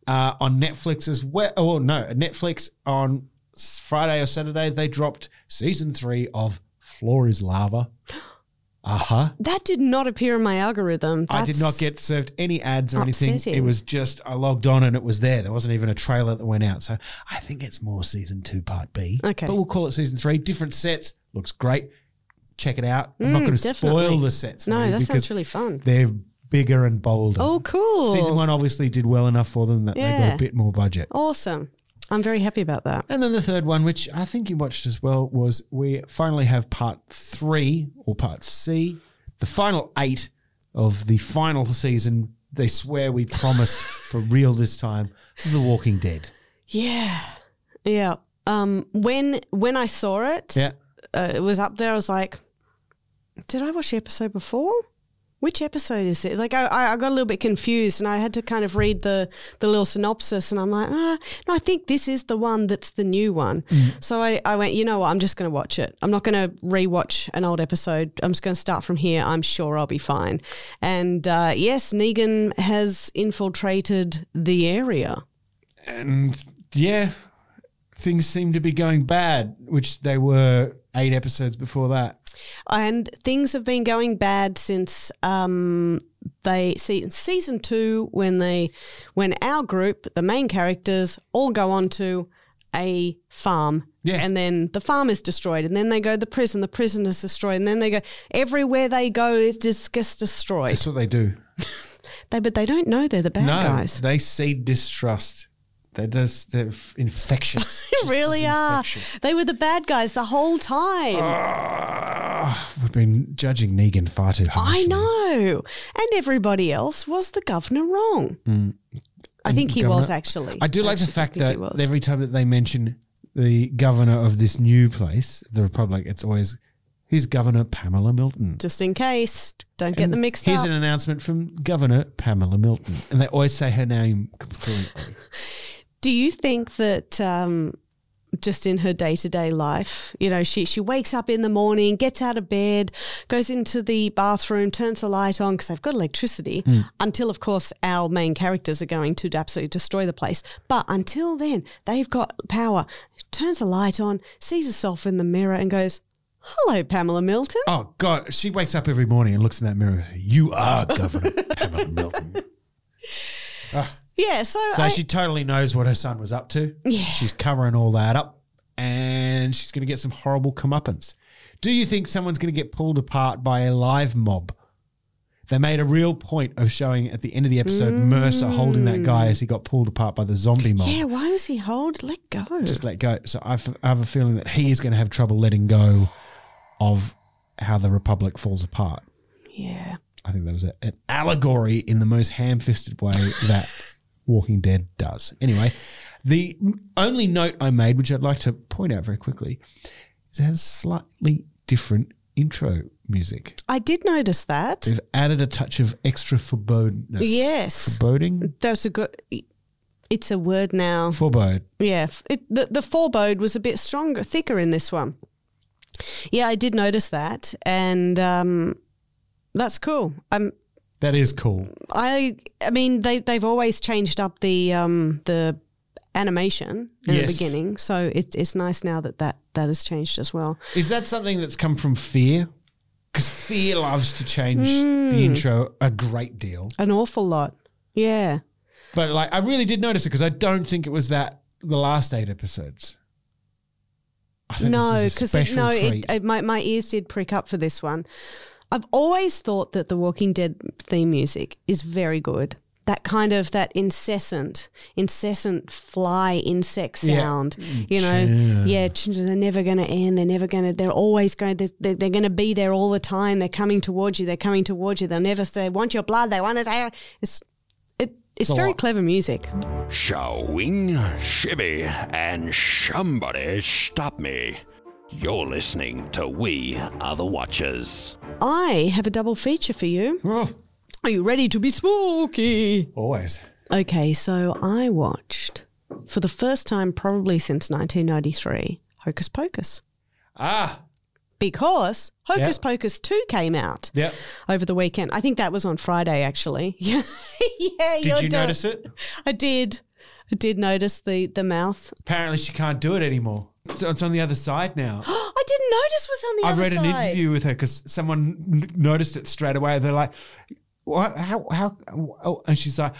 Uh, on Netflix as well. Oh, no, Netflix on s- Friday or Saturday, they dropped season three of Floor is Lava. Uh huh.
that did not appear in my algorithm.
I did not
That's-
get served any ads or anything.
upsetting.
It was just I logged on and it was there. There wasn't even a trailer that went out. So I think it's more season two, part B.
Okay.
But we'll call it season three. Different sets. Looks great. Check it out. I'm not
Mm,
going to
definitely.
spoil the sets. For
No,
you
that sounds
because
really fun.
They're bigger and bolder.
Oh, cool.
Season one obviously did well enough for them that they got
Yeah.
a bit more budget.
Awesome. I'm very happy about that.
And then the third one, which I think you watched as well, was we finally have part three or part C, the final eight of the final season. They swear we promised for real this time, The Walking Dead.
Yeah. Yeah. Um, when when I saw it,
Yeah.
uh, it was up there. I was like, did I watch the episode before? which episode is it? Like I, I I got a little bit confused and I had to kind of read the, the little synopsis and I'm like, ah, no, I think this is the one that's the new one. So I, I went, you know what, I'm just going to watch it. I'm not going to rewatch an old episode. I'm just going to start from here. I'm sure I'll be fine. And uh, yes, Negan has infiltrated the area.
and yeah, things seem to be going bad, which they were eight episodes before that.
and things have been going bad since um, they see season two when they when our group the main characters all go on to a farm
Yeah.
and then the farm is destroyed and then they go to the prison the prison is destroyed and then they go everywhere they go it just gets destroyed
That's what they do.
they, but they don't know they're the bad
no,
guys
they seed distrust. They just they're f- infectious.
they really are
infectious.
they were the bad guys the whole time
Ah, I've been judging Negan far too harshly.
I know. And everybody else was the governor wrong. I think he was
Mm. governor-
actually.
I do like the
actually
fact
think he
that
was.
every time that they mention the governor of this new place, the Republic, it's always he's Governor Pamela Milton.
just in case, don't get them mixed
Here's
up.
an announcement from Governor Pamela Milton, and they always say her name completely.
do you think that? Um, just in her day to day life, you know, she, she wakes up in the morning, gets out of bed, goes into the bathroom, turns the light on because they've got electricity
Hmm.
until, of course, our main characters are going to absolutely destroy the place. But until then, they've got power. Turns the light on, sees herself in the mirror, and goes, Hello, Pamela Milton.
Oh God, she wakes up every morning and looks in that mirror. You are Governor Pamela Milton.
Yeah, so,
So
I,
she totally knows what her son was up to.
Yeah.
She's covering all that up and she's going to get some horrible comeuppance. Do you think someone's going to get pulled apart by a live mob? They made a real point of showing at the end of the episode Mercer holding that guy as he got pulled apart by the zombie mob.
yeah, why was he hold? Let go.
Just let go. So I f- I have a feeling that he is going to have trouble letting go of how the Republic falls apart.
yeah.
I think that was a, an allegory in the most ham fisted way that Walking Dead does. Anyway, the m- only note I made, which I'd like to point out very quickly, is it has slightly different intro music.
I did notice that.
They've added a touch of extra forebodingness.
Yes.
Foreboding?
That's a good. It's a word now.
Forebode.
Yeah. f- It, the, the forebode was a bit stronger, thicker in this one. Yeah, I did notice that. And um, that's cool. I'm,
That is cool.
I I mean they they've always changed up the um the animation in
Yes.
the beginning, so it's it's nice now that, that that has changed as well.
Is that something that's come from fear? Because fear loves to change the intro a great deal.
An awful lot. Yeah.
But like, I really did notice it because I don't think it was that the last eight episodes. I think
No,
this is a
because
special
no, it,
treat.
it, my my ears did prick up for this one. I've always thought that the Walking Dead theme music is very good. That kind of that incessant, incessant fly insect
Yeah. Mm,
sound. You know, yeah, ch- they're never going to end. They're never going to. They're always going. They're, they're, they're going to be there all the time. They're coming towards you. They're coming towards you. They'll never say want your blood. They want to. It's it, it's
a
very
lot.
clever music.
Showing, shibby, and somebody stop me. You're listening to We Are the Watchers.
I have a double feature for you.
Oh,
Are you ready to be spooky?
always.
Okay, so I watched for the first time probably since 1993 Hocus Pocus
Ah,
because Hocus
Yeah.
Pocus 2 came out
yep.
over the weekend. I think that was on Friday actually. yeah, you're
Did you
done.
notice it?
I did. I did notice the the mouth.
Apparently, she can't do it anymore. So it's on the other side now.
I didn't notice was on the
I
other
read an
side.
interview with her because someone n- noticed it straight away. They're like, "What? How? How?" Oh, and she's like,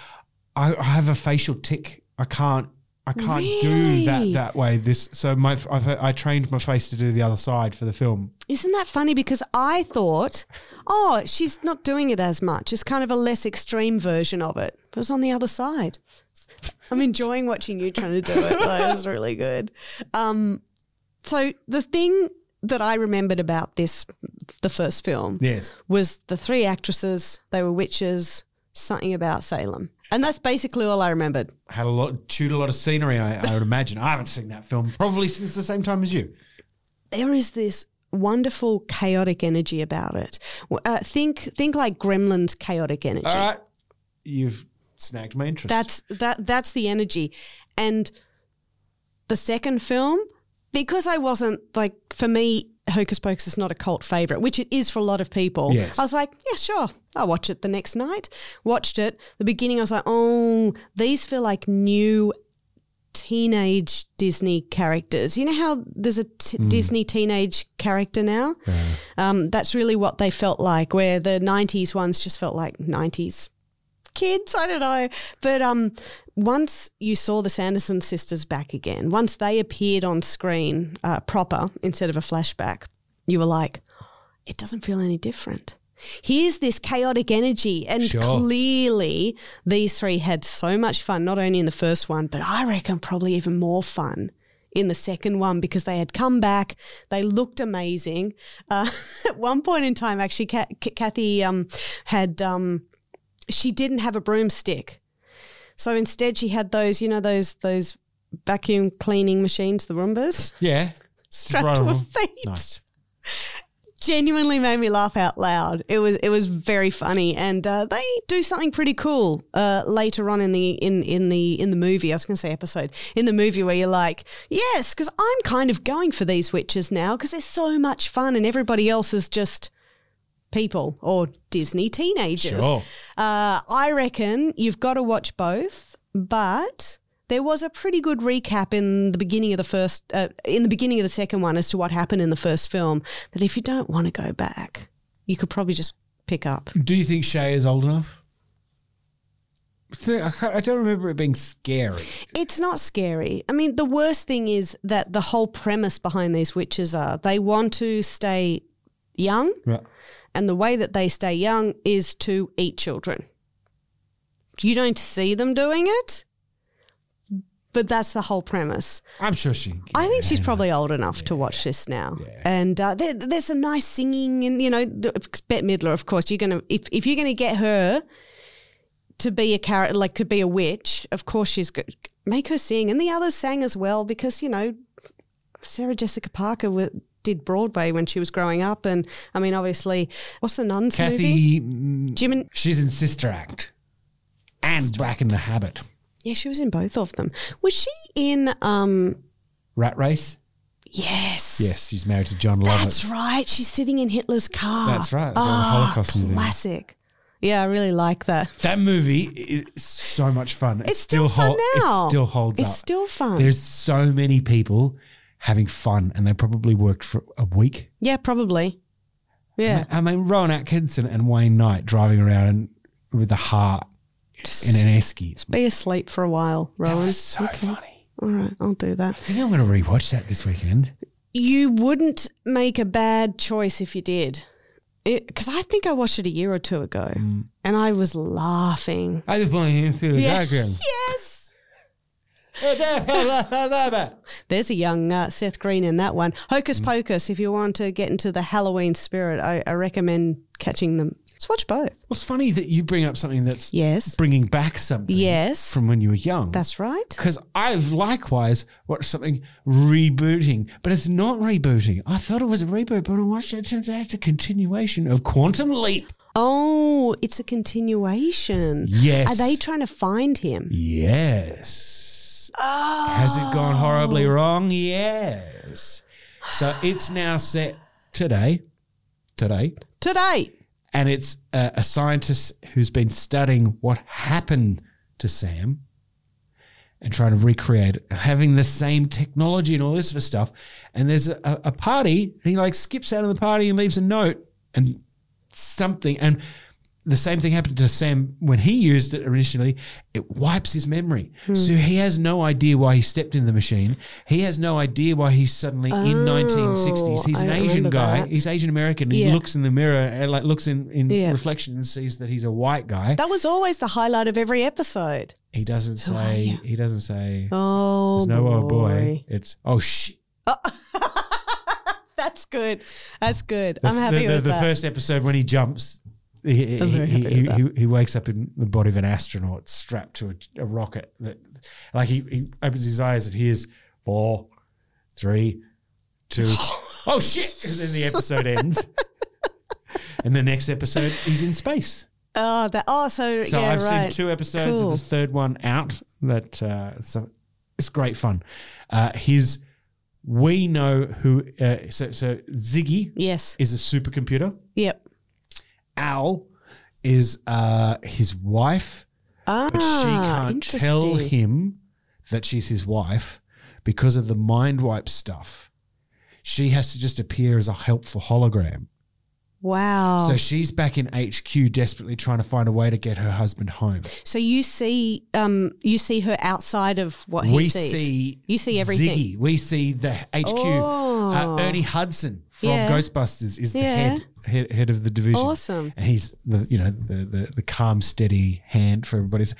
I, "I have a facial tick. I can't. I can't do
Really?
that that way. This. So my, I've, I trained my face to do the other side for the film.
Isn't that funny? Because I thought, oh, she's not doing it as much. It's kind of a less extreme version of it. But it was on the other side. I'm enjoying watching you trying to do it. That was really good. Um, so the thing that I remembered about this, the first film,
Yes.
was the three actresses. They were witches. Something about Salem, and that's basically all I remembered.
had a lot, chewed a lot of scenery. I, I would imagine. I haven't seen that film probably since the same time as you.
there is this wonderful chaotic energy about it. W- Uh, think think like Gremlins chaotic energy.
All right. You've snagged my interest.
That's that that's the energy. And the second film, because I wasn't like for me, Hocus Pocus is not a cult favorite, which it is for a lot of people.
Yes.
I was like, yeah, sure, I'll watch it the next night. Watched it. The beginning, I was like, oh, these feel like new teenage Disney characters. You know how there's a t-
Hmm.
Disney teenage character now? Um, that's really what they felt like, where the 90s ones just felt like 90s kids. I don't know. But um, once you saw the Sanderson sisters back again, once they appeared on screen uh, proper instead of a flashback, you were like, it doesn't feel any different. Here's this chaotic energy. And
Sure.
clearly, these three had so much fun, not only in the first one, but I reckon probably even more fun in the second one because they had come back. They looked amazing. Uh, at one point in time, actually, Ca- Ca- Kathy um, had. Um, she didn't have a broomstick. So instead she had those, you know, those those vacuum cleaning machines, the Roombas,
yeah.
strapped
Right
to her
on.
feet.
Nice.
Genuinely made me laugh out loud. It was it was very funny, and uh, they do something pretty cool uh, later on in the in in the in the movie. I was going to say episode in the movie where you're like, yes, because I'm kind of going for these witches now because they're so much fun, and everybody else is just people or Disney teenagers.
Sure.
Uh, I reckon you've got to watch both, but there was a pretty good recap in the beginning of the first, uh, in the beginning of the second one as to what happened in the first film. That if you don't want to go back, you could probably just pick up.
Do you think Shay is old enough? I, can't, I don't remember it being scary.
It's not scary. I mean, the worst thing is that the whole premise behind these witches are they want to stay young,
Right.
and the way that they stay young is to eat children. You don't see them doing it, but that's the whole premise.
I'm sure she. can
I
get
think
it
she's
handled.
probably old enough to watch this now.
Yeah.
And uh, there, there's some nice singing, and you know, th- Bette Midler, of course. You're gonna if, if you're gonna get her to be a character, like to be a witch, of course she's good. Make her sing, and the others sang as well because you know Sarah Jessica Parker wa did Broadway when she was growing up, and I mean, obviously, what's the nuns movie?
Kathy. mm,
Jim and
She's in Sister Act and Back in the Habit.
yeah, she was in both of them. Was she in? um
Rat Race.
Yes.
Yes, she's married to John Lovett.
That's right. She's sitting in Hitler's car.
That's right. The
Ah,
Holocaust museum.
classic. Yeah, I really like that.
That movie is so much fun. It
It's still, fun
hol-
now.
It still holds
It's
up.
still fun.
There's so many people having fun, and they probably worked for a week.
yeah, probably. Yeah,
I mean, Rowan Atkinson and Wayne Knight driving around with a heart in an esky.
be asleep for a while,
That
Rowan.
was so funny.
All right, I'll do that.
I think I'm going to rewatch that this weekend.
You wouldn't make a bad choice if you did, because I think I watched it a year or two ago,
Mm.
and I was laughing.
I just want to hear through the
Yeah.
diagram.
Yes.
That's
There's a young uh, Seth Green in that one.
Mm.
Hocus Pocus, if you want to get into the Halloween spirit, I, I recommend catching them. Let's watch both.
What's funny that you bring up something that's
Yes.
bringing back something
Yes.
from when you were young.
That's right.
because I've likewise watched something rebooting, but it's not rebooting. I thought it was a reboot, but I watched it. It turns out it's a continuation of Quantum Leap.
Oh, it's a continuation.
Yes.
Are they trying to find him?
Yes.
Oh.
Has it gone horribly wrong? Yes. So it's now set today, today,
Today.
and it's a, a scientist who's been studying what happened to Sam and trying to recreate it, having the same technology and all this sort of stuff. And there's a, a party, and he like skips out of the party and leaves a note and something. And the same thing happened to Sam when he used it initially. It wipes his memory.
Hmm.
So he has no idea why he stepped in the machine. He has no idea why he's suddenly in 1960s. He's
Oh, I
an Asian
remember
guy.
that.
He's Asian American. and He
Yeah.
looks in the mirror, and like looks in, in
Yeah.
reflection and sees that he's a white guy.
That was always the highlight of every episode.
he doesn't say, he doesn't say,
Oh,
there's no
boy.
old boy. It's, oh, shit.
That's good. That's good.
The-
I'm happy
the, the,
with
the
that.
first episode when he jumps, he,
I'm
he-
very
he-
happy with
he- he- he wakes up in the body of an astronaut strapped to a, a rocket. That, like he, he opens his eyes and hears four, three, two, oh shit! And then the episode ends. and the next episode is in space.
Oh, that. Oh, so,
So
yeah,
I've
right.
seen two episodes
Cool.
of the third one out. That uh, so it's great fun. Uh, his we know who. Uh, so so Ziggy
Yes.
is a supercomputer.
Yep.
Al is uh, his wife,
Ah,
but she can't tell
interesting.
him that she's his wife because of the mind wipe stuff. She has to just appear as a helpful hologram.
Wow.
So she's back in HQ desperately trying to find a way to get her husband home.
So you see, um, you see her outside of what he
we
sees.
see
you see everything.
Ziggy. We see the HQ. Uh,
Oh.
Ernie Hudson from
Yeah.
Ghostbusters is the
Yeah.
head, head head of the division.
Awesome.
And he's the you know the the, the calm, steady hand for everybody's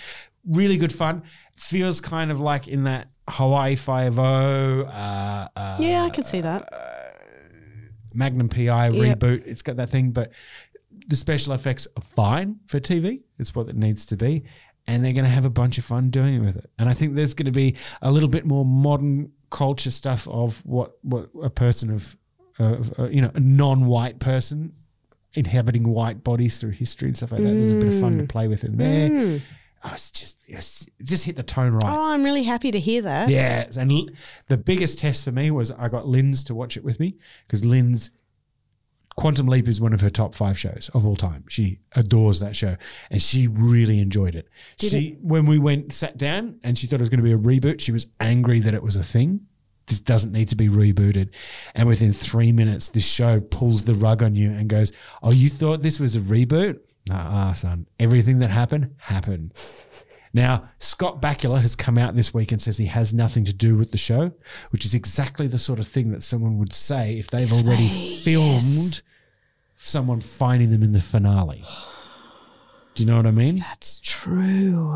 really good fun. Feels kind of like in that Hawaii Five O, uh, uh,
Yeah, I can see that.
Magnum PI
Yep.
reboot. It's got that thing, but the special effects are fine for TV. It's what it needs to be. And they're going to have a bunch of fun doing it with it. And I think there's going to be a little bit more modern culture stuff of what, what a person of, of uh, you know, a non white person inhabiting white bodies through history and stuff like that. There's a bit of fun to play with in there. Oh, it's just, it's, it just hit the tone right.
Oh, I'm really happy to hear that.
Yeah, and l- the biggest test for me was I got Lynn's to watch it with me because Lynn's Quantum Leap is one of her top five shows of all time. She adores that show, and she really enjoyed it. she when we went sat down and she thought it was going to be a reboot, she was angry that it was a thing. This doesn't need to be rebooted. And within three minutes, this show pulls the rug on you and goes, "Oh, you thought this was a reboot? Nah, son. Everything that happened happened." Now, Scott Bakula has come out this week and says he has nothing to do with the show, which is exactly the sort of thing that someone would say if they've already filmed someone finding them in the finale. Do you know what I mean?
That's true.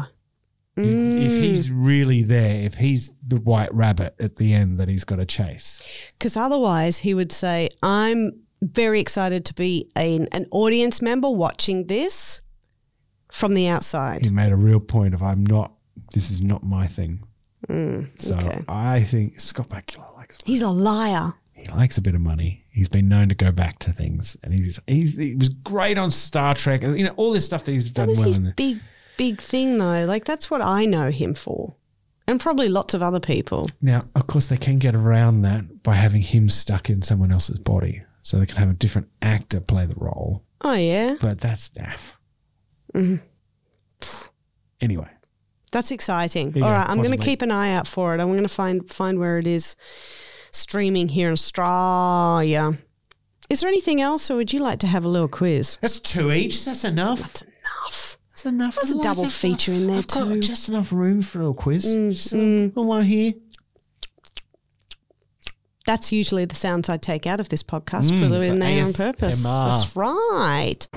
If,
Mm,
if he's really there, if he's the white rabbit at the end that he's got to chase.
Because otherwise, he would say, "I'm very excited to be an, an audience member watching this from the outside."
He made a real point of I'm not this is not my thing.
Mm.
so
okay.
I think Scott Bakula likes
He's a liar.
he likes a bit of money. He's been known to go back to things, and he's, he's he was great on Star Trek. You know all this stuff that he's
That
done
was
well.
his
in.
big, big thing, though. Like that's what I know him for, and probably lots of other people.
Now, of course, they can get around that by having him stuck in someone else's body, so they can have a different actor play the role.
Oh yeah,
But that's naff.
Mm-hmm.
Anyway,
That's exciting.
you
All
go,
right, I'm
Quantum
going to
Leap.
keep an eye out for it. I'm going to find find where it is streaming here in Australia. Is there anything else, or would you like to have a little quiz?
that's two each. That's enough.
That's enough.
That's enough.
There's a
Like,
double
I've got-
feature in there
I've got
too. Mm,
just enough room for a little quiz. Just a little one here.
That's usually the sounds I take out of this podcast, put them in
the
there on purpose.
ASMR.
That's right.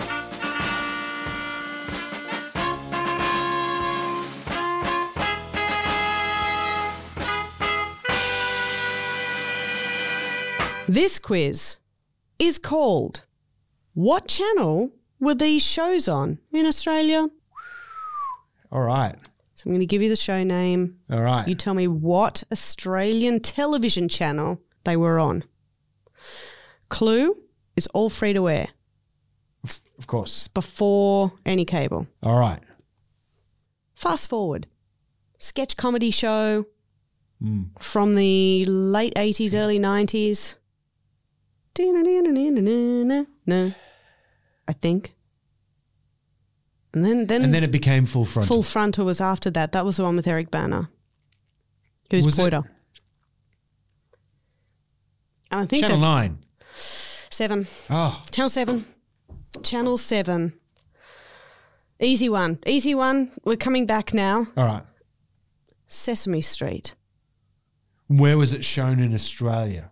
This quiz is called What Channel Were These Shows On in Australia?
All right.
So I'm going to give you the show name.
All right.
You tell me what Australian television channel they were on. Clue is all free to air
of course.
before any cable.
All right.
Fast forward. Sketch comedy show
Mm.
from the late 80s, early 90s. I think. And then, then,
And then it became full frontal.
Full Frontal was after that. That was the one with Eric Banner, who's
Was it-
Poiter. And I think
Channel
that-
Nine.
seven,
Oh,
Channel Seven, Channel Seven. Easy one, easy one. We're coming back now.
all right.
Sesame Street.
Where was it shown in Australia?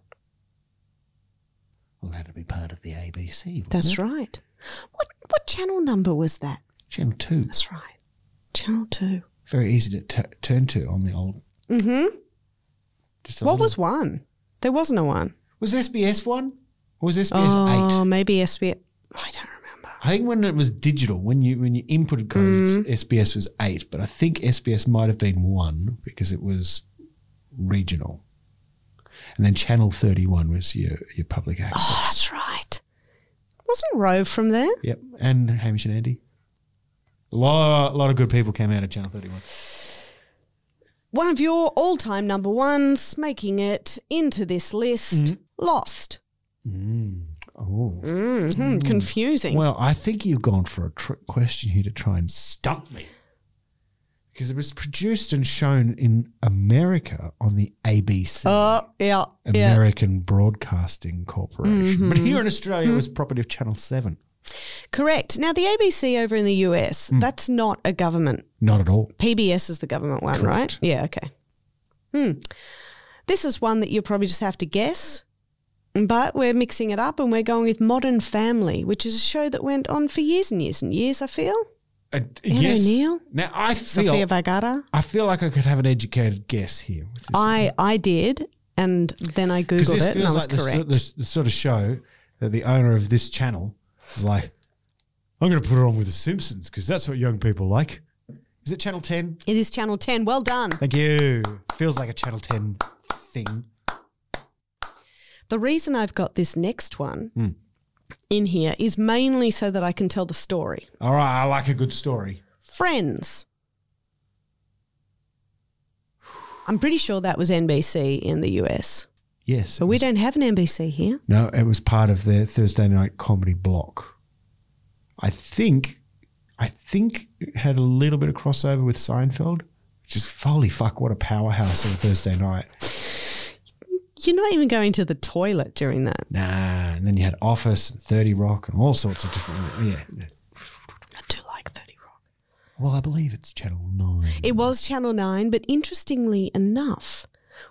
Well, that'll be part of the ABC. wouldn't
That's
it?
right. What what channel number was that?
Channel Two.
That's right, Channel Two.
Very easy to t- turn to on the old.
Mm-hmm.
Just a
What
little-
was one? There was no one.
was SBS one? Or was SBS
Oh,
eight?
maybe SB. I don't remember.
I think when it was digital, when you when you inputted codes,
Mm.
SBS was eight, but I think SBS might have been one because it was regional. and then Channel Thirty One was your your public access.
Oh, that's right. Wasn't Rove from there?
Yep, and Hamish and Andy. A lot, lot of good people came out of Channel Thirty One.
One of your all time number ones, making it into this list,
Mm-hmm.
Lost.
Oh,
hmm Confusing.
well, I think you've gone for a trick question here to try and stump me, because it was produced and shown in America on the ABC.
oh, yeah. yeah. Mm-hmm.
American Broadcasting Corporation. But here in Australia, it was property of Channel 7.
Correct. Now, the ABC over in the US,
Mm.
that's not a government.
Not at all.
PBS is the government one, right?
Correct.
Yeah, okay. Hmm. This is one that you probably just have to guess, but we're mixing it up and we're going with Modern Family, which is a show that went on for years and years and years, I feel.
Uh,
O'Neill?
Now, I
Sofia
feel,
Vergara.
I feel like I could have an educated guess here. with this
I, I did, and then I Googled
this
it and I was
feels like the,
correct.
sort- the s- the sort of show that the owner of this channel is like, I'm going to put it on with The Simpsons because that's what young people like. Is it Channel 10?
it is Channel 10. Well done.
Thank you. Feels like a Channel 10 thing.
The reason I've got this next one in here is mainly so that I can tell the story.
All right, I like a good story.
Friends. I'm pretty sure that was NBC in the US.
Yes.
But we don't have an NBC here.
No, it was part of their Thursday night comedy block. I think, I think it had a little bit of crossover with Seinfeld. Just holy fuck, what a powerhouse on a Thursday night.
You're not even going to the toilet during that.
Nah, and then you had Office and Thirty Rock and all sorts of different. Yeah.
I do like 30 Rock.
Well, I believe it's Channel Nine.
It was Channel 9, but interestingly enough,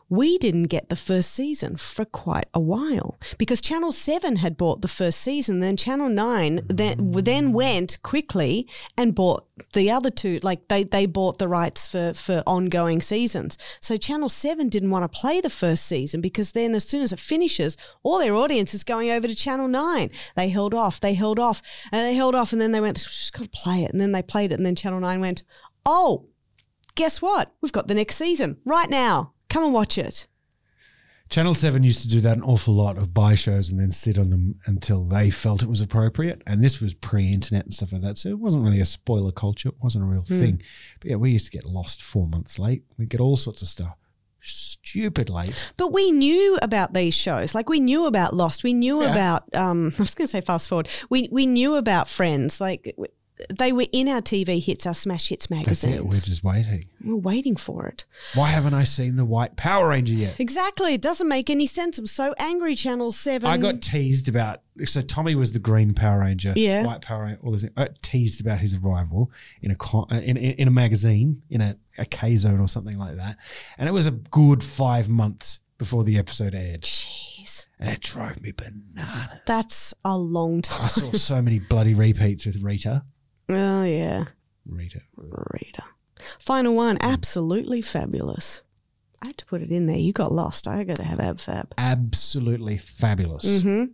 we didn't get the first season for quite a while because Channel 7 had bought the first season. Then Channel 9 then, then went quickly and bought the other two. Like they, they bought the rights for, for ongoing seasons. So Channel 7 didn't want to play the first season because then as soon as it finishes, all their audience is going over to Channel 9. They held off, they held off, and they held off. And then they went, just got to play it. And then they played it. And then Channel 9 went, oh, guess what? We've got the next season right now. Come and watch it.
Channel Seven used to do that an awful lot of buy shows and then sit on them until they felt it was appropriate. And this was pre-internet and stuff like that, so it wasn't really a spoiler culture. It wasn't a real thing. But yeah, we used to get lost four months late. We get all sorts of stuff. Stupid late.
But we knew about these shows. Like we knew about Lost. We knew
Yeah.
about, um, I was going to say Fast Forward. We, we knew about Friends. Like w- they were in our TV hits, our smash hits
That's it. We're
magazines.
just waiting.
We're waiting for it.
Why haven't I seen the White Power Ranger yet?
Exactly. It doesn't make any sense. I'm so angry, Channel 7.
I got teased about. So Tommy was the Green Power Ranger,
Yeah.
White Power Ranger. All this, I got teased about his arrival in a con, uh, in, in, in a magazine in a, a K Zone or something like that, and it was a good five months before the episode aired,
Jeez.
and it drove me bananas.
That's a long
I
time.
saw so many bloody repeats with Rita.
Oh, yeah.
Rita.
Rita. Final one. Absolutely fabulous. I had to put it in there. You got lost. I got to have ab fab.
Absolutely fabulous.
hmm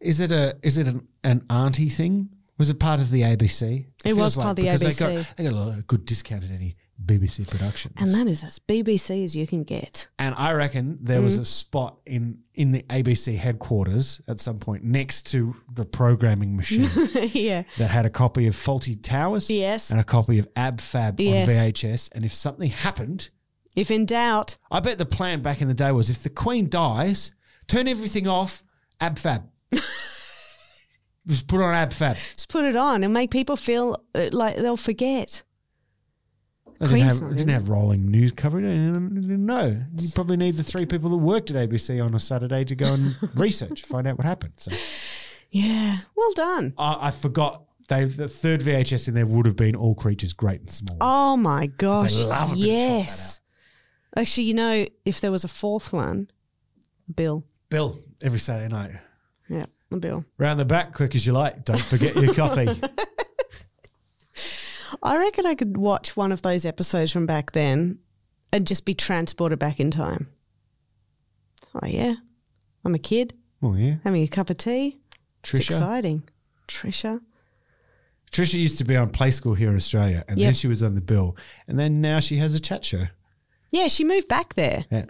Is it a is it an, an auntie thing? Was it part of the ABC?
It was
feels
part of the
because They
ABC.
got, they got a lot of good discount at any BBC production.
And that is as BBC as you can get.
And I reckon there was
Mm.
a spot in in the ABC headquarters at some point next to the programming machine
yeah.
that had a copy of Faulty Towers
Yes.
and a copy of Ab Fab
Yes.
on VHS. And if something happened,
If in doubt,
I bet the plan back in the day was if the Queen dies, turn everything off, Ab Fab. Just put on Ab Fab.
just put it on and make people feel uh, like they'll forget.
They didn't
Queen's
have,
not
they
in
didn't have rolling news coverage. They didn't- they didn't know. You probably need the three people that worked at ABC on a Saturday to go and research, find out what happened. So.
Yeah. Well done.
I, I forgot. They, the third VHS in there would have been All Creatures Great and Small.
Oh my gosh.
love a bit of shock
yes. Actually, you know, if there was a fourth one, Bill.
Bill, every Saturday night.
Yeah, the Bill.
Round the back, quick as you like. Don't forget your coffee.
I reckon I could watch one of those episodes from back then and just be transported back in time. Oh, yeah. I'm a kid
Oh, yeah.
having a cup of tea. It's
Trisha.
exciting. Trisha.
Trisha used to be on Play School here in Australia, and then
Yep.
she was on The Bill, and then now she has a chat show.
Yeah, she moved back there.
Yeah.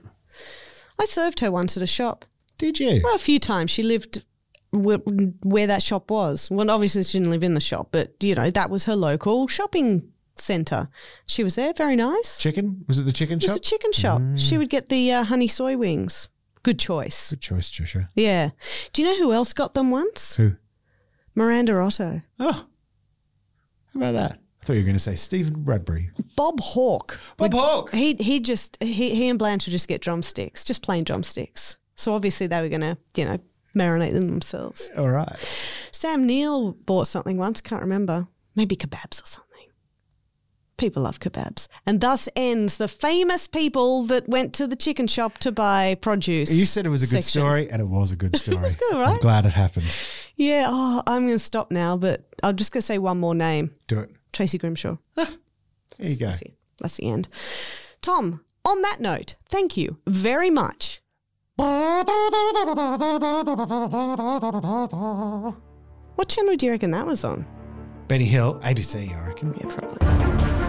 I served her once at a shop.
Did you?
Well, a few times. She lived wh- where that shop was. Well, obviously, she didn't live in the shop, but, you know, that was her local shopping centre. She was there, very nice.
Chicken? Was it the chicken
It
shop? Mm.
was a chicken shop. She would get the uh, honey soy wings. Good choice.
Good choice, Joshua.
Yeah. Do you know who else got them once?
Who?
Miranda Otto.
Oh, how about that? I thought you were going to say Stephen Bradbury.
Bob Hawke.
Bob Hawke.
He he just he he and Blanche would just get drumsticks, just plain drumsticks. So obviously they were gonna, you know, marinate them themselves.
All right.
Sam Neill bought something once, can't remember. Maybe kebabs or something. People love kebabs. And thus ends the famous people that went to the chicken shop to buy produce.
You said it was a good
section.
story, and it was a good story.
was good,
I'm
right?
glad it happened.
Yeah, oh, I'm gonna stop now, but I'm just gonna say one more name.
Do it.
Tracy Grimshaw.
There you go.
That's it. That's the end. Tom, on that note, thank you very much. What channel do you reckon that was on?
Benny Hill, ABC, I reckon.
Yeah, probably.